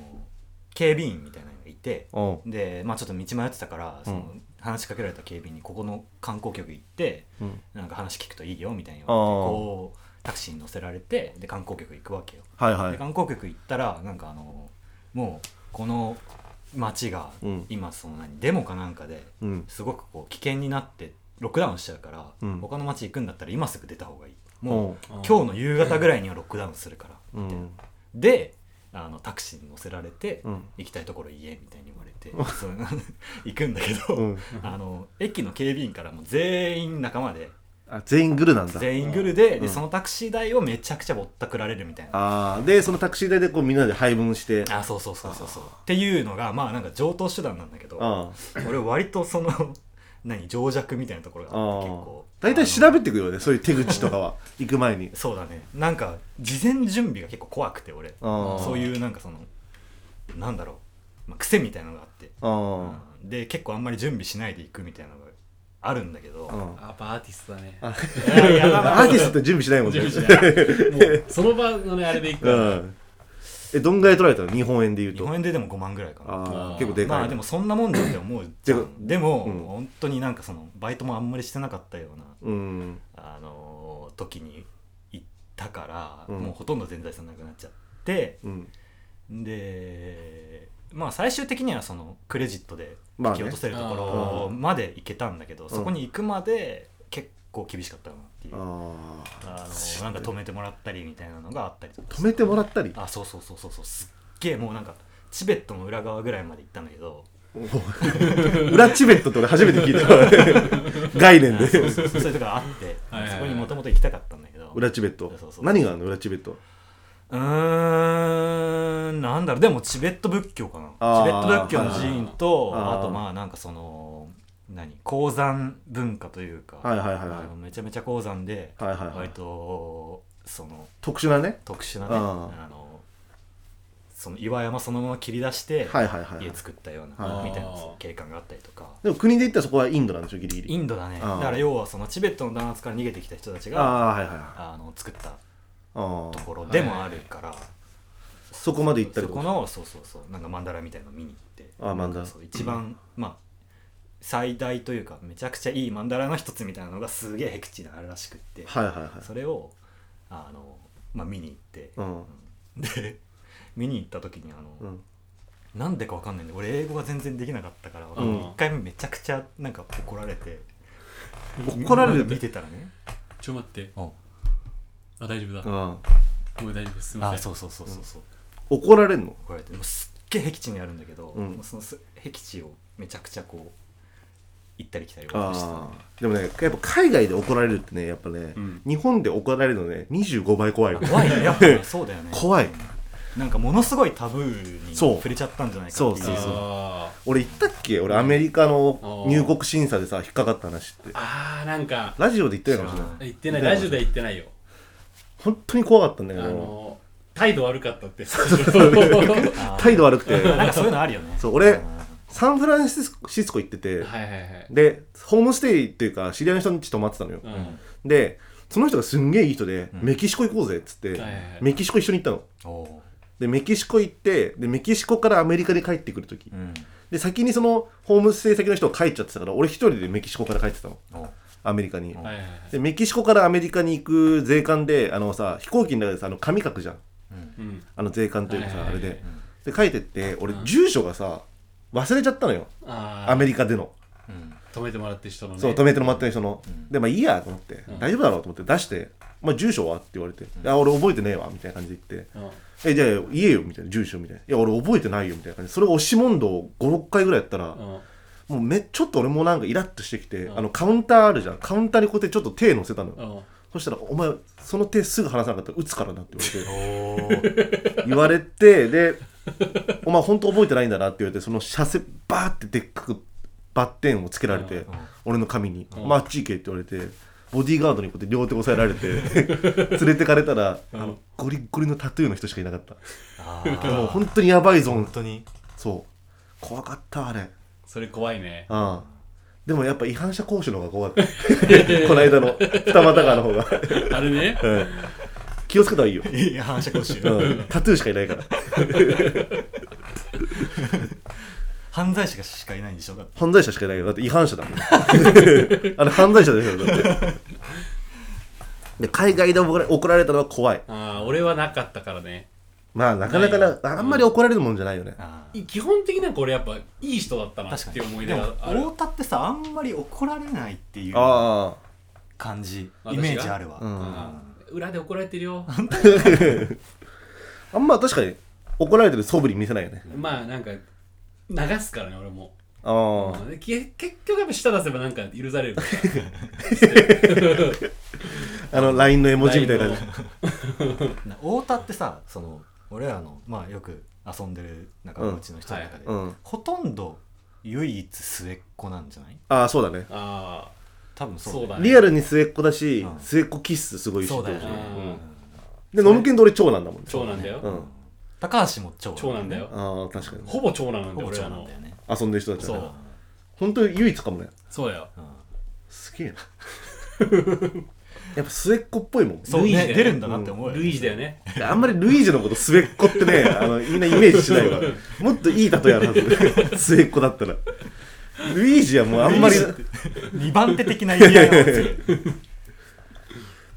Speaker 3: 警備員みたいなのがいて
Speaker 2: う
Speaker 3: でまあちょっと道迷ってたからその、
Speaker 2: うん
Speaker 3: 話しかけられた警備員にここの観光局行って
Speaker 2: んうん
Speaker 3: なんか話聞くといいよみたいに言
Speaker 2: あ
Speaker 3: われ
Speaker 2: ー
Speaker 3: てこうタクシーに乗せられてで観光局行くわけよ、
Speaker 2: はいは
Speaker 3: で
Speaker 2: い
Speaker 3: 観光局行ったらなんかあのもうこの街が
Speaker 2: うん
Speaker 3: 今その何デモかなんかで
Speaker 2: うん
Speaker 3: すごくこう危険になってロックダウンしちゃうから、
Speaker 2: うん
Speaker 3: 他の街行くんだったら今すぐ出た方がいいも
Speaker 2: も
Speaker 3: う今日の夕方ぐらいにはロックダウンするか
Speaker 2: う
Speaker 3: ら、
Speaker 2: うん
Speaker 3: であのタクシーに乗せられて、
Speaker 2: うん
Speaker 3: 行きたいところ言えみたいに言われて、そう 行くんだけど、
Speaker 2: うん
Speaker 3: あの駅の警備員からもう全員仲間で
Speaker 2: あ全員グルなんだ
Speaker 3: 全員グルで,、
Speaker 2: んう
Speaker 3: で
Speaker 2: ん
Speaker 3: そのタクシー代をめちゃくちゃぼったくられるみたいな。
Speaker 2: ああでそのタクシー代でこうみんなで配分して
Speaker 3: あそうそうそうそうそうっていうのがまあなんか上等手段なんだけど
Speaker 2: あ
Speaker 3: 俺割とその何情弱みたいなところ
Speaker 2: あ
Speaker 3: が
Speaker 2: あ
Speaker 3: あって結
Speaker 2: あ
Speaker 3: 構
Speaker 2: 大
Speaker 3: あの
Speaker 2: 体調べてくよねそういう手口とかは行く前に
Speaker 3: そうだねなんか事前準備が結構怖くて俺
Speaker 2: ああ
Speaker 3: そういうなんかそのなんだろう、まあ、癖みたいなのがあって、
Speaker 2: あ
Speaker 3: うんで結構あんまり準備しないでいくみたいなのがあるんだけど、
Speaker 2: あうん
Speaker 1: やっぱアーティストだね
Speaker 2: あ
Speaker 3: いやいやまあま あ
Speaker 2: アーティストって準備しないもんね
Speaker 1: 準備しないもうその場のねあれで行くか
Speaker 2: う
Speaker 1: ら
Speaker 2: んえどんぐらい取られたの日本円で言う
Speaker 3: 日
Speaker 2: と
Speaker 3: 本円ででも5万ぐらいかな
Speaker 2: あ
Speaker 1: あー
Speaker 2: あ結構でかい
Speaker 3: まあでもそんなもんだって思うじゃ
Speaker 2: てか
Speaker 3: んでも、
Speaker 2: うん
Speaker 3: 本当になんかそのバイトもあんまりしてなかったような
Speaker 2: うん
Speaker 3: あのー時に行ったから、
Speaker 2: うん
Speaker 3: もうほとんど全財産なくなっちゃって
Speaker 2: うん
Speaker 3: でまあ最終的にはそのクレジットで
Speaker 2: まあ
Speaker 3: 引
Speaker 2: ね
Speaker 3: き落とせるところまで行けたんだけど、
Speaker 2: ん
Speaker 3: そこに行くまで結構厳しかったなっていう、
Speaker 2: ああ
Speaker 3: あのーなんか止めてもらったりみたいなのがあったりとか
Speaker 2: 止めてもらったり
Speaker 3: あそうそうそうそうそうすっげえもうなんかチベットの裏側ぐらいまで行ったんだけど
Speaker 2: 裏チベットって俺初めて聞い た概念
Speaker 3: あそう
Speaker 2: で
Speaker 3: そうそうそういうとこがあって
Speaker 1: はいはいはい
Speaker 3: そこにもともと行きたかったんだけど
Speaker 2: 裏チベット
Speaker 3: そうそう
Speaker 2: 何があるの裏チベット
Speaker 3: うーんなんだろうでもチベット仏教かな
Speaker 2: あー
Speaker 3: チベット仏教の寺院と
Speaker 2: はいはいはい
Speaker 3: あとまあなんかその何鉱山文化というか、
Speaker 2: はいはいはいはい
Speaker 3: あのめちゃめちゃ鉱山で
Speaker 2: はいはいはい
Speaker 3: 割とその
Speaker 2: 特殊なね
Speaker 3: 特殊なね
Speaker 2: あー
Speaker 3: あのその岩山そのまま切り出して
Speaker 2: はいはいはい
Speaker 3: 家作ったよう
Speaker 2: は
Speaker 3: ないみたいな
Speaker 1: あー
Speaker 3: そう景観があったりとか
Speaker 2: でも国で言ったらそこはインドなんでしょギリギ
Speaker 3: イ
Speaker 2: リ
Speaker 3: ンドだねだ
Speaker 2: あー
Speaker 3: から要はそのチベットの弾圧から逃げてきた人たち
Speaker 2: あ
Speaker 3: が
Speaker 2: あはいはいはい
Speaker 3: あの作った
Speaker 2: あ
Speaker 3: と
Speaker 2: あ
Speaker 3: ころでもあるから。
Speaker 2: そこまで行ったり
Speaker 3: そ
Speaker 2: と
Speaker 3: こ
Speaker 2: か
Speaker 3: のそうそうそうなんかマンダラみたいの見に行って
Speaker 2: あマンダラ
Speaker 3: そう一番、まあ最大というかめちゃくちゃいいマンダラの一つみたいなのがすげえヘクチにあるらしくって、
Speaker 2: はいはいはい
Speaker 3: それをあの、まあ、見に行って、
Speaker 2: うん
Speaker 3: で 見に行った時にあの、
Speaker 2: うん
Speaker 3: なんでかわかんないんで俺英語が全然できなかったから、一
Speaker 2: ん
Speaker 3: 1回目めちゃくちゃなんか怒られて
Speaker 2: 怒られる
Speaker 3: 見てたらね
Speaker 1: ちょ待って
Speaker 3: あ
Speaker 1: あ大丈夫だ
Speaker 2: あ
Speaker 1: もう大丈夫ですすいません
Speaker 3: あそうそうそうそうそう、
Speaker 2: 怒られんの
Speaker 3: 怒られてもうすっげえ僻地にあるんだけど、
Speaker 2: うん
Speaker 3: もうそのす僻地をめちゃくちゃこう行ったり来たりをしてた
Speaker 2: ああでもねやっぱ海外で怒られるってねやっぱね、
Speaker 1: うん
Speaker 2: 日本で怒られるのね25倍怖い
Speaker 3: 怖いねやっぱねそうだよ ね
Speaker 2: 怖い
Speaker 3: うんなんかものすごいタブーに
Speaker 2: そう
Speaker 3: 触れちゃったんじゃないかってい
Speaker 2: そうそう
Speaker 1: あ
Speaker 2: 俺言ったっけ俺アメリカの入国審査でさ引っかかった話って
Speaker 1: ーあーなんか
Speaker 2: ラジオで言ったよかもしれない
Speaker 1: 言ってないラジオでは言ってないよ
Speaker 2: 本当に怖かったんだ
Speaker 1: あ
Speaker 2: けど
Speaker 1: の態度悪かった って
Speaker 3: あー
Speaker 2: 態度悪くて
Speaker 3: なんかそういうのあるよね
Speaker 2: そう俺
Speaker 3: ん
Speaker 2: サンフランシスコ行ってて、
Speaker 1: はいはいはい
Speaker 2: でホームステイっていうか知り合いの人の家泊まってたのよ、
Speaker 1: うん
Speaker 2: でその人がすんげえいい人で、
Speaker 3: うん
Speaker 2: メキシコ行こうぜっつって、
Speaker 1: はいはいはい
Speaker 2: メキシコ一緒に行ったの
Speaker 3: おー
Speaker 2: でメキシコ行ってでメキシコからアメリカに帰ってくる時、
Speaker 3: うん
Speaker 2: で先にそのホームステイ先の人が帰っちゃってたから俺一人でメキシコから帰ってたの
Speaker 3: おー
Speaker 2: アメリカに、
Speaker 1: はいはいはい
Speaker 2: でメキシコからアメリカに行く税関であのさ飛行機の中でさあの紙書くじゃん
Speaker 3: うん
Speaker 1: うん
Speaker 2: あの税関というかさ、
Speaker 1: はいはいはい
Speaker 2: あれで
Speaker 3: うん
Speaker 2: で書いてって俺
Speaker 1: うん
Speaker 2: 住所がさ忘れちゃったのよ
Speaker 1: あー
Speaker 2: アメリカでの
Speaker 3: うん
Speaker 1: 止めてもらってる人のね
Speaker 2: そう止めてもらってる人の、
Speaker 3: うん
Speaker 2: でまあいいやと思って、
Speaker 1: うん
Speaker 2: 大丈夫だろうと思って出して「まあ、住所は?」って言われて「あ俺覚えてねえわ」みたいな感じで言って
Speaker 1: うん
Speaker 2: 「えじゃあ言えよ」みたいな住所みたいな「いや俺覚えてないよ」みたいな感じでそれを押し問答を56回ぐらいやったら、
Speaker 1: うん
Speaker 2: もうめちょっと俺もなんかイラッとしてきて、
Speaker 1: うん
Speaker 2: あのカウンターあるじゃんカウンターにこうやってちょっと手乗せたのよ、
Speaker 1: うん
Speaker 2: そしたら「お前その手すぐ離さなかったら打つからな」って言われて
Speaker 3: お ー
Speaker 2: 言われてで「お前本当覚えてないんだな」って言われてその車線バーってでっかくバッテンをつけられて、
Speaker 1: うん
Speaker 2: 俺の髪に「
Speaker 1: うん
Speaker 2: まああっち行け」って言われてボディーガードにこうやって両手押さえられ て連れてかれたら、あのゴリッゴリのタトゥーの人しかいなかった
Speaker 3: あー
Speaker 2: もう本当にやばいゾーン
Speaker 3: 本当に
Speaker 2: そう怖かったあれ
Speaker 1: それ怖いね
Speaker 2: ああでもやっぱ違反者講習の方が怖かった この間の二股川の方が、
Speaker 1: あれね
Speaker 2: うん、気をつけた方がいいよ、
Speaker 3: いや反射講習
Speaker 2: うん、タトゥーしかいないから
Speaker 3: 犯罪者しかいないんでしょだって
Speaker 2: 犯罪者しかいないよだって違反者だも んあれ犯罪者でしょだってで海外で怒ら怒られたのは怖い
Speaker 1: ああ俺はなかったからね
Speaker 2: まあなかなか
Speaker 1: な
Speaker 2: ないあんまり怒られるもんじゃないよね、
Speaker 3: あー
Speaker 1: い基本的なんか俺やっぱいい人だったなっ
Speaker 3: 確か
Speaker 1: て
Speaker 3: に
Speaker 1: いう思い
Speaker 3: で
Speaker 1: 出
Speaker 3: も
Speaker 1: がある
Speaker 3: 太田ってさあんまり怒られないっていう
Speaker 2: あ
Speaker 3: 感じ
Speaker 1: 私が
Speaker 3: イメージあるわ、
Speaker 2: うん
Speaker 1: うん裏で怒られてる よ
Speaker 2: ああんま確かに怒られてる素振り見せないよね
Speaker 1: まあなんか流すからね俺も
Speaker 2: ああ
Speaker 1: でけ結局やっぱ舌出せばなんか許される から
Speaker 2: あの LINE の絵文字みたいな感じ
Speaker 3: な太田ってさその俺らの、まあ、よく遊んでる仲間内の人の中で、
Speaker 2: うんはいうん
Speaker 3: ほとんど唯一末っ子なんじゃない
Speaker 2: ああそうだね
Speaker 1: あ
Speaker 3: 多分そう
Speaker 1: そうだね
Speaker 2: リアルに末っ子だし、
Speaker 3: うん
Speaker 2: 末っ子気質すごいし
Speaker 3: そうだよね、
Speaker 1: うん
Speaker 2: でノムケンと俺長男だもんね
Speaker 1: 長男だよ
Speaker 2: うん
Speaker 3: 高橋も長
Speaker 1: 長男だよ
Speaker 2: ああ確かに
Speaker 1: あほぼ長男なん
Speaker 3: ほ
Speaker 1: だよ
Speaker 3: ぼ
Speaker 1: 俺
Speaker 3: 長
Speaker 1: ら
Speaker 3: 男
Speaker 1: の
Speaker 3: だよね
Speaker 2: 遊んでる人たちだ
Speaker 1: そ
Speaker 2: ね
Speaker 1: う
Speaker 2: 本当に唯一かもね
Speaker 1: そうだよ
Speaker 3: うん
Speaker 2: す げえなやっぱ末っ子っぽいもん
Speaker 3: そう
Speaker 1: ルイージだよ
Speaker 3: ね
Speaker 1: ね
Speaker 3: 出るんだなって思うよね
Speaker 1: ルイージだよね
Speaker 2: であんまりルイージのこと末っ子ってねあのみんなイメージしないわもっといい例えあるはず 末っ子だったらルイージはもうあんまり
Speaker 3: 二番手的な意味合いを持つ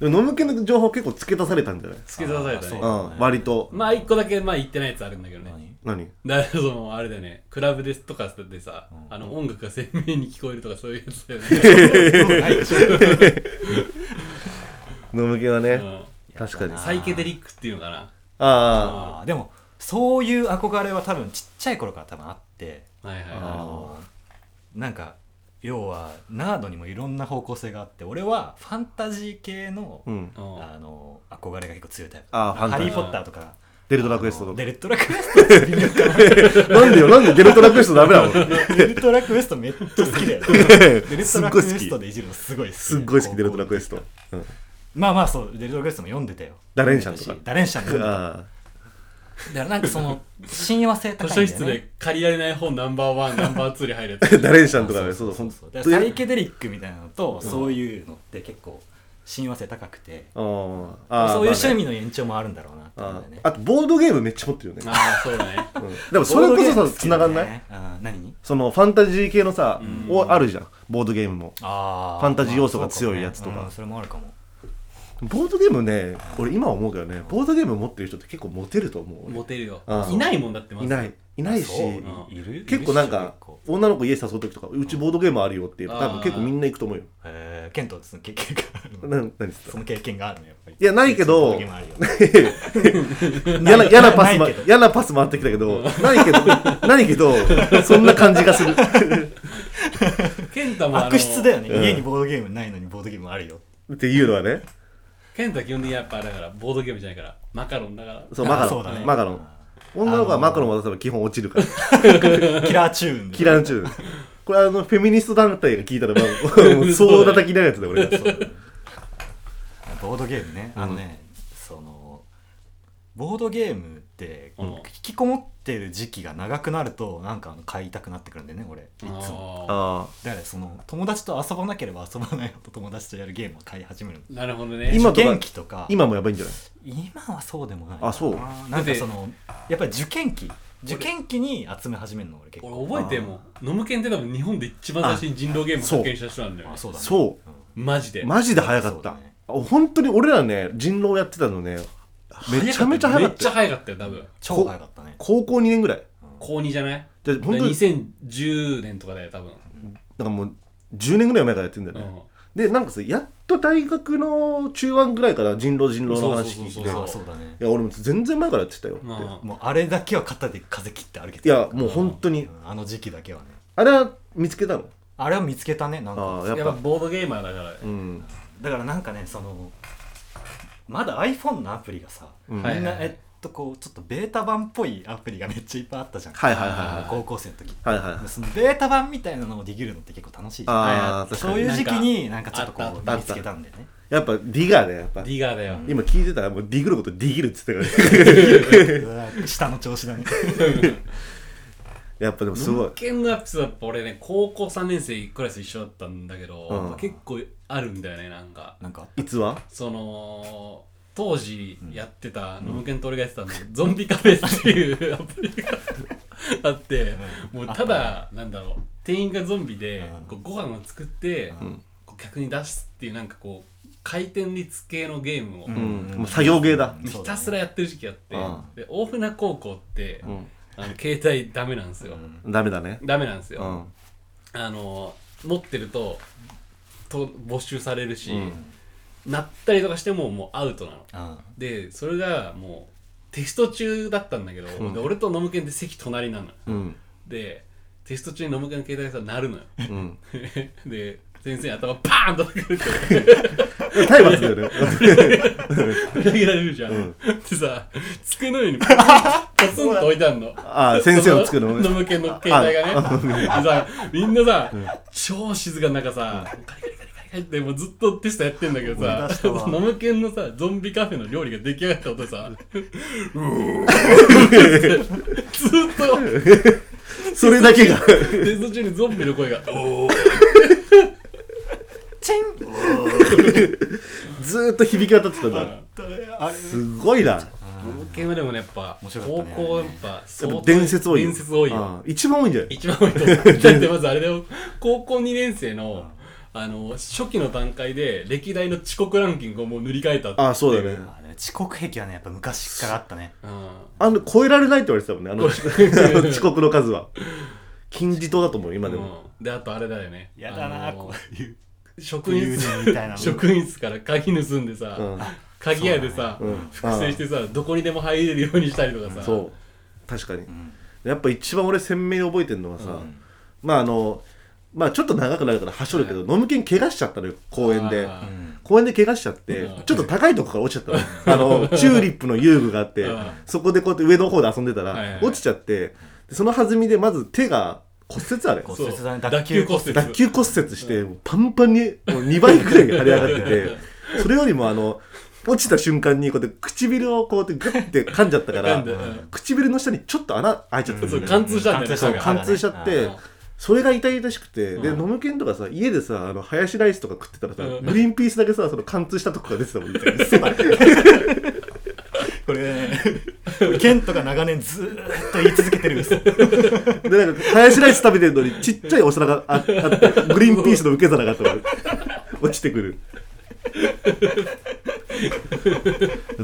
Speaker 2: でも飲む系の情報結構付け足されたんじゃない、
Speaker 1: 付け出された
Speaker 3: あー
Speaker 1: ね
Speaker 3: そう
Speaker 2: うん、割と
Speaker 1: まあ一個だけまあ言ってないやつあるんだけどね
Speaker 3: 何
Speaker 2: 何
Speaker 1: だからそのあれだよねクラブですとかでさ、
Speaker 3: うん
Speaker 1: あの音楽が鮮明に聞こえるとかそういうやつだよ ね、
Speaker 3: ないでしょ
Speaker 2: 飲む系はね、
Speaker 1: うん、
Speaker 2: 確かにあ
Speaker 1: サイケデリックっていうのかな
Speaker 2: あ
Speaker 3: あーでもそういう憧れは多分ちっちゃい頃から多分あって
Speaker 1: はいはい
Speaker 3: あ
Speaker 1: は
Speaker 3: のなんか要はナードにもいろんな方向性があって俺はファンタジー系の,、
Speaker 2: うん
Speaker 1: いうん
Speaker 3: あの憧れが結構強いタイプ
Speaker 2: あーファンタ
Speaker 3: ハ
Speaker 2: ジー
Speaker 3: リー・ポッターとか
Speaker 2: デルトラクエストとか
Speaker 3: デルトラクエスト微妙かな
Speaker 2: なんでよなんでデルトラクエストダメなの
Speaker 3: デルトラクエストめっちゃ好きだよデル
Speaker 2: す
Speaker 3: ト
Speaker 2: っ
Speaker 3: ラ
Speaker 2: ご
Speaker 3: クエ
Speaker 2: い好
Speaker 3: ス
Speaker 2: き
Speaker 3: トでいじるのすごい好き
Speaker 2: すっごい好きデルトラクエスト、うん、
Speaker 3: まあまあそうデルトラクエストも読んでたよ
Speaker 2: ダレンシャンとか
Speaker 3: 読んでたしダレンシャンも読んで
Speaker 2: あ
Speaker 3: ただからなんかその親和性高いん
Speaker 1: 図
Speaker 3: だよ
Speaker 1: 書
Speaker 3: ね
Speaker 1: 室で借りられない本ナンバー ワンナンバーツーに入るや
Speaker 2: あ
Speaker 1: つ
Speaker 2: ダレンシャンとかねそう
Speaker 3: そ
Speaker 2: そうう
Speaker 3: そ
Speaker 2: そうう
Speaker 3: だからサイケデリックみたいなのと、そういうのって結構親和性高くて
Speaker 2: あーあー
Speaker 3: そうい
Speaker 2: ま
Speaker 3: う
Speaker 2: あね
Speaker 3: 趣味の延長もあるんだろうなって思うん
Speaker 2: あ
Speaker 3: だよね
Speaker 2: ーあとボードゲームめっちゃ持ってるよね、
Speaker 1: ああそうだね
Speaker 2: うんでもそれこそさつながんない、
Speaker 3: あー何
Speaker 2: そのファンタジー系のさ、おあるじゃんボードゲームも
Speaker 3: あ
Speaker 2: ファンタジー要素が強いやつとか
Speaker 3: それもあるかも
Speaker 2: ボードゲームね俺今思うけどねボードゲーム持ってる人って結構モテると思う
Speaker 1: モテるよ
Speaker 2: ああ
Speaker 1: いないもんだってま
Speaker 2: い
Speaker 1: ず
Speaker 2: ないいないし
Speaker 3: そう
Speaker 1: うん
Speaker 3: いる
Speaker 2: 結構なんか
Speaker 3: 結構
Speaker 2: 女の子家誘う時とかうちボードゲームあるよって多
Speaker 1: あ
Speaker 2: 分
Speaker 1: ー
Speaker 2: 結構みんな行くと思うよ
Speaker 3: えーケントはその経験があるの
Speaker 2: な何です
Speaker 3: そ
Speaker 2: か
Speaker 3: の経験があるのやっぱり
Speaker 2: いやないけど
Speaker 3: そうう経験もあるよ
Speaker 2: 嫌な嫌なパスも
Speaker 3: ないけど
Speaker 2: 嫌なパス回ってきたけどないけど ないけどそんな感じがする
Speaker 1: 健太もあの
Speaker 3: 悪質だよね、
Speaker 2: うん
Speaker 3: 家にボードゲームないのにボードゲームあるよ
Speaker 2: っていうのはね
Speaker 1: 健太は基本的にやっぱだからボードゲームじゃないからマカロンだから
Speaker 2: そうマカ
Speaker 3: あ
Speaker 2: ロ
Speaker 3: そ
Speaker 2: ン
Speaker 3: うだね
Speaker 2: マカロン女の子はマカロン渡せば基本落ちるから
Speaker 3: キラーチューンで
Speaker 2: キランチューン これあのフェミニスト団体が聞いたらまあもう総叩きなやつだよ俺が
Speaker 3: ボードゲームねあのね、そのボードゲームって
Speaker 1: うん
Speaker 3: 引きこもってる時期が長くなるとなんかあの買いたくなってくるんでね俺いつも
Speaker 1: あ
Speaker 2: あ
Speaker 3: だからその友達と遊ばなければ遊ばないのと友達とやるゲームを買い始めるの
Speaker 1: ーなるほどね
Speaker 2: 今とか
Speaker 3: 受験期とか
Speaker 2: あ今もやばいんじゃない
Speaker 3: 今はそうでもない
Speaker 2: あそう
Speaker 3: なんかそのやっぱり受験期受験期に集め始めるの俺結構
Speaker 1: 俺覚えてんもんノムケンって多分日本で一番最初に人狼ゲームを発見した人なんだよね
Speaker 3: あそうだね
Speaker 2: そ
Speaker 3: うん
Speaker 1: マジで
Speaker 2: マジで早か
Speaker 3: そ
Speaker 2: っ
Speaker 3: うだ
Speaker 2: た、
Speaker 3: ね
Speaker 2: あ本当に俺らね人狼やってたのねめちゃめちゃ早か
Speaker 1: めっ
Speaker 2: っ
Speaker 1: ちゃ
Speaker 2: た
Speaker 1: 早かったよ多分
Speaker 3: 超早かったね
Speaker 2: 高校2年ぐらい
Speaker 1: 高2じゃない
Speaker 2: で本当に
Speaker 1: 2010年とかだよ多分
Speaker 2: だからもう10年ぐらい前からやってんだよね、でなんかさやっと大学の中盤ぐらいから人狼人狼の話聞いて
Speaker 1: そう
Speaker 2: い
Speaker 1: そう
Speaker 3: あ
Speaker 2: や
Speaker 3: そうだね
Speaker 2: 俺も全然前からやってたよって、
Speaker 1: うんうん
Speaker 3: もうあれだけは肩で風切って歩けて
Speaker 2: いやもう本当に、
Speaker 3: うんあの時期だけはね
Speaker 2: あれは見つけたの
Speaker 3: あれは見つけたねなん
Speaker 2: あ
Speaker 3: か
Speaker 2: あやっ
Speaker 1: や
Speaker 2: ぱ
Speaker 1: っぱボードゲーマーだからね
Speaker 2: うん
Speaker 3: だからなんかねそのまだ iPhone のアプリがさ、
Speaker 2: うん
Speaker 1: はい
Speaker 3: みんなえっとこうちょっとベータ版っぽいアプリがめっちゃいっぱいあったじゃん、
Speaker 2: はいはいはいはい
Speaker 3: 高校生の時
Speaker 2: はいはい
Speaker 3: そのベータ版みたいなのをできるのって結構楽しいじゃん
Speaker 2: ああ確
Speaker 3: そ
Speaker 2: か
Speaker 3: う
Speaker 2: に
Speaker 3: いう時期になんかちょっとこ
Speaker 1: あっ
Speaker 3: う
Speaker 2: たあった
Speaker 3: 見つけたんでね
Speaker 2: やっぱディガーだよやっぱ
Speaker 1: ディガーだよ
Speaker 2: 今聞いてたらもうディグることディギるって言 ってたからね
Speaker 3: うわ下の調 子だね
Speaker 2: やっぱでもすごい
Speaker 1: 文献のアップスはやっぱ俺ね高校3年生クラス一緒だったんだけど、
Speaker 2: うん
Speaker 1: やっぱ結構あるんだよねなんか
Speaker 3: なんか
Speaker 2: いつは
Speaker 1: その当時やってた、ノムケンと俺がやってたの、ゾンビカフェっていうアプリがあって、もうただ、なんだろう、店員がゾンビで、こうご飯を作って、こう客に出すっていう、なんかこう、回転率系のゲームを、
Speaker 2: うんもう作業ゲーだ
Speaker 1: ひたすらやってる時期あって、
Speaker 2: うん
Speaker 1: で大船高校って、
Speaker 2: ん
Speaker 1: あの携帯ダメなんですよ、
Speaker 2: ダメだね
Speaker 1: ダメなんです
Speaker 2: う
Speaker 1: よ、
Speaker 2: ん
Speaker 1: あの持ってるとと没収されるし、なったりとかしてももうアウトなの
Speaker 3: あ
Speaker 1: でそれがもうテスト中だったんだけど、で俺とノムケンって席隣なのよ
Speaker 2: うん
Speaker 1: でテスト中にノムケンの携帯がさ鳴るのよ
Speaker 2: うん
Speaker 1: で先生に頭パーンと叩かれて
Speaker 2: 体罰 だよね
Speaker 1: 裏切られるじゃん、でさ机の 上にポツンポツンと置いてあんの
Speaker 2: ああ先生を作るの
Speaker 1: ノ
Speaker 2: ね
Speaker 1: ムケンの携帯がね。でさ、みんなさ、超静かな中さ、カリカリカリカリカリってもうずっとテストやってんだけど
Speaker 3: 思い
Speaker 1: さ
Speaker 3: 出したわ、
Speaker 1: ノムケンのさ、ゾンビカフェの料理が出来上がった音さ、うーってずっと
Speaker 2: それだけが
Speaker 1: テスト中にゾンビの声が、おー
Speaker 3: チン
Speaker 2: ずーっと響き渡ってたんだ
Speaker 3: あれ
Speaker 2: すごいな
Speaker 1: ノムケンはでもね、やっぱ、
Speaker 3: 面白かっ
Speaker 1: 高
Speaker 3: たね
Speaker 1: 校やっぱ
Speaker 2: やっ
Speaker 1: 相
Speaker 2: ぱ
Speaker 1: 当、
Speaker 2: 伝説多いよ
Speaker 1: 伝説多いよ。
Speaker 2: ああ一番多いんじゃない
Speaker 1: 一番多いと 思うだってまずあれだよ高校2年生のあの初期の段階で歴代の遅刻ランキングをもう塗り替えたっていう
Speaker 2: ああそうだよね
Speaker 3: あれ遅刻癖はねやっぱ昔からあったね
Speaker 1: う
Speaker 2: あの超えられないって言われてたもんねあの
Speaker 1: えられない
Speaker 2: 遅刻の数は金字塔だと思う今
Speaker 1: ん、
Speaker 2: で
Speaker 1: う
Speaker 2: も
Speaker 1: ん、であとあれだよね
Speaker 3: やだな
Speaker 1: あの
Speaker 3: こういう
Speaker 1: 職員室
Speaker 3: 友人みたいなの
Speaker 1: 職員室から鍵盗んでさ、
Speaker 2: うん
Speaker 1: 鍵屋でさ、
Speaker 2: そうだねうん
Speaker 1: 複製してさどこにでも入れるようにしたりとかさ、
Speaker 2: そう確かに、やっぱ一番俺鮮明に覚えてるのはさ、まああのまあちょっと長くなるからはしょるけど、ノムケン怪我しちゃったのよ公園で
Speaker 1: あー
Speaker 3: うん
Speaker 2: 公園で怪我しちゃって、
Speaker 1: うん
Speaker 2: ちょっと高いとこから落ちちゃったのあのチューリップの遊具があって、
Speaker 1: うん
Speaker 2: そこでこうやって上の方で遊んでたら、
Speaker 1: はいはい
Speaker 2: 落ちちゃってでその弾みでまず手が骨折あれ
Speaker 3: 骨折
Speaker 1: そう
Speaker 3: だね
Speaker 1: 脱臼骨折
Speaker 2: 脱臼骨折してもうパンパンにもう2倍くらい腫れ上がっててそれよりもあの落ちた瞬間にこうやって唇をこうやってグッて噛んじゃったか
Speaker 1: 噛
Speaker 2: ら
Speaker 1: んでうん
Speaker 2: 唇の下にちょっと穴開いちゃったんだ
Speaker 1: そ
Speaker 2: よ
Speaker 1: う
Speaker 2: ね
Speaker 1: 貫通したんだよね
Speaker 3: 貫通した
Speaker 1: が
Speaker 2: 貫通しちゃって
Speaker 1: うん
Speaker 2: それが痛々しくてで
Speaker 1: うん
Speaker 2: ノムケンとかさ家でさあのハヤシライスとか食ってたらさ
Speaker 1: うん
Speaker 2: グリーンピースだけさその貫通したとこから出てたもんね
Speaker 3: これね、ケントが長年ずーっと言い続けてる嘘。
Speaker 2: でなんかハヤシライス食べてるのにちっちゃいお皿がああってグリーンピースの受け皿があったから落ちてくる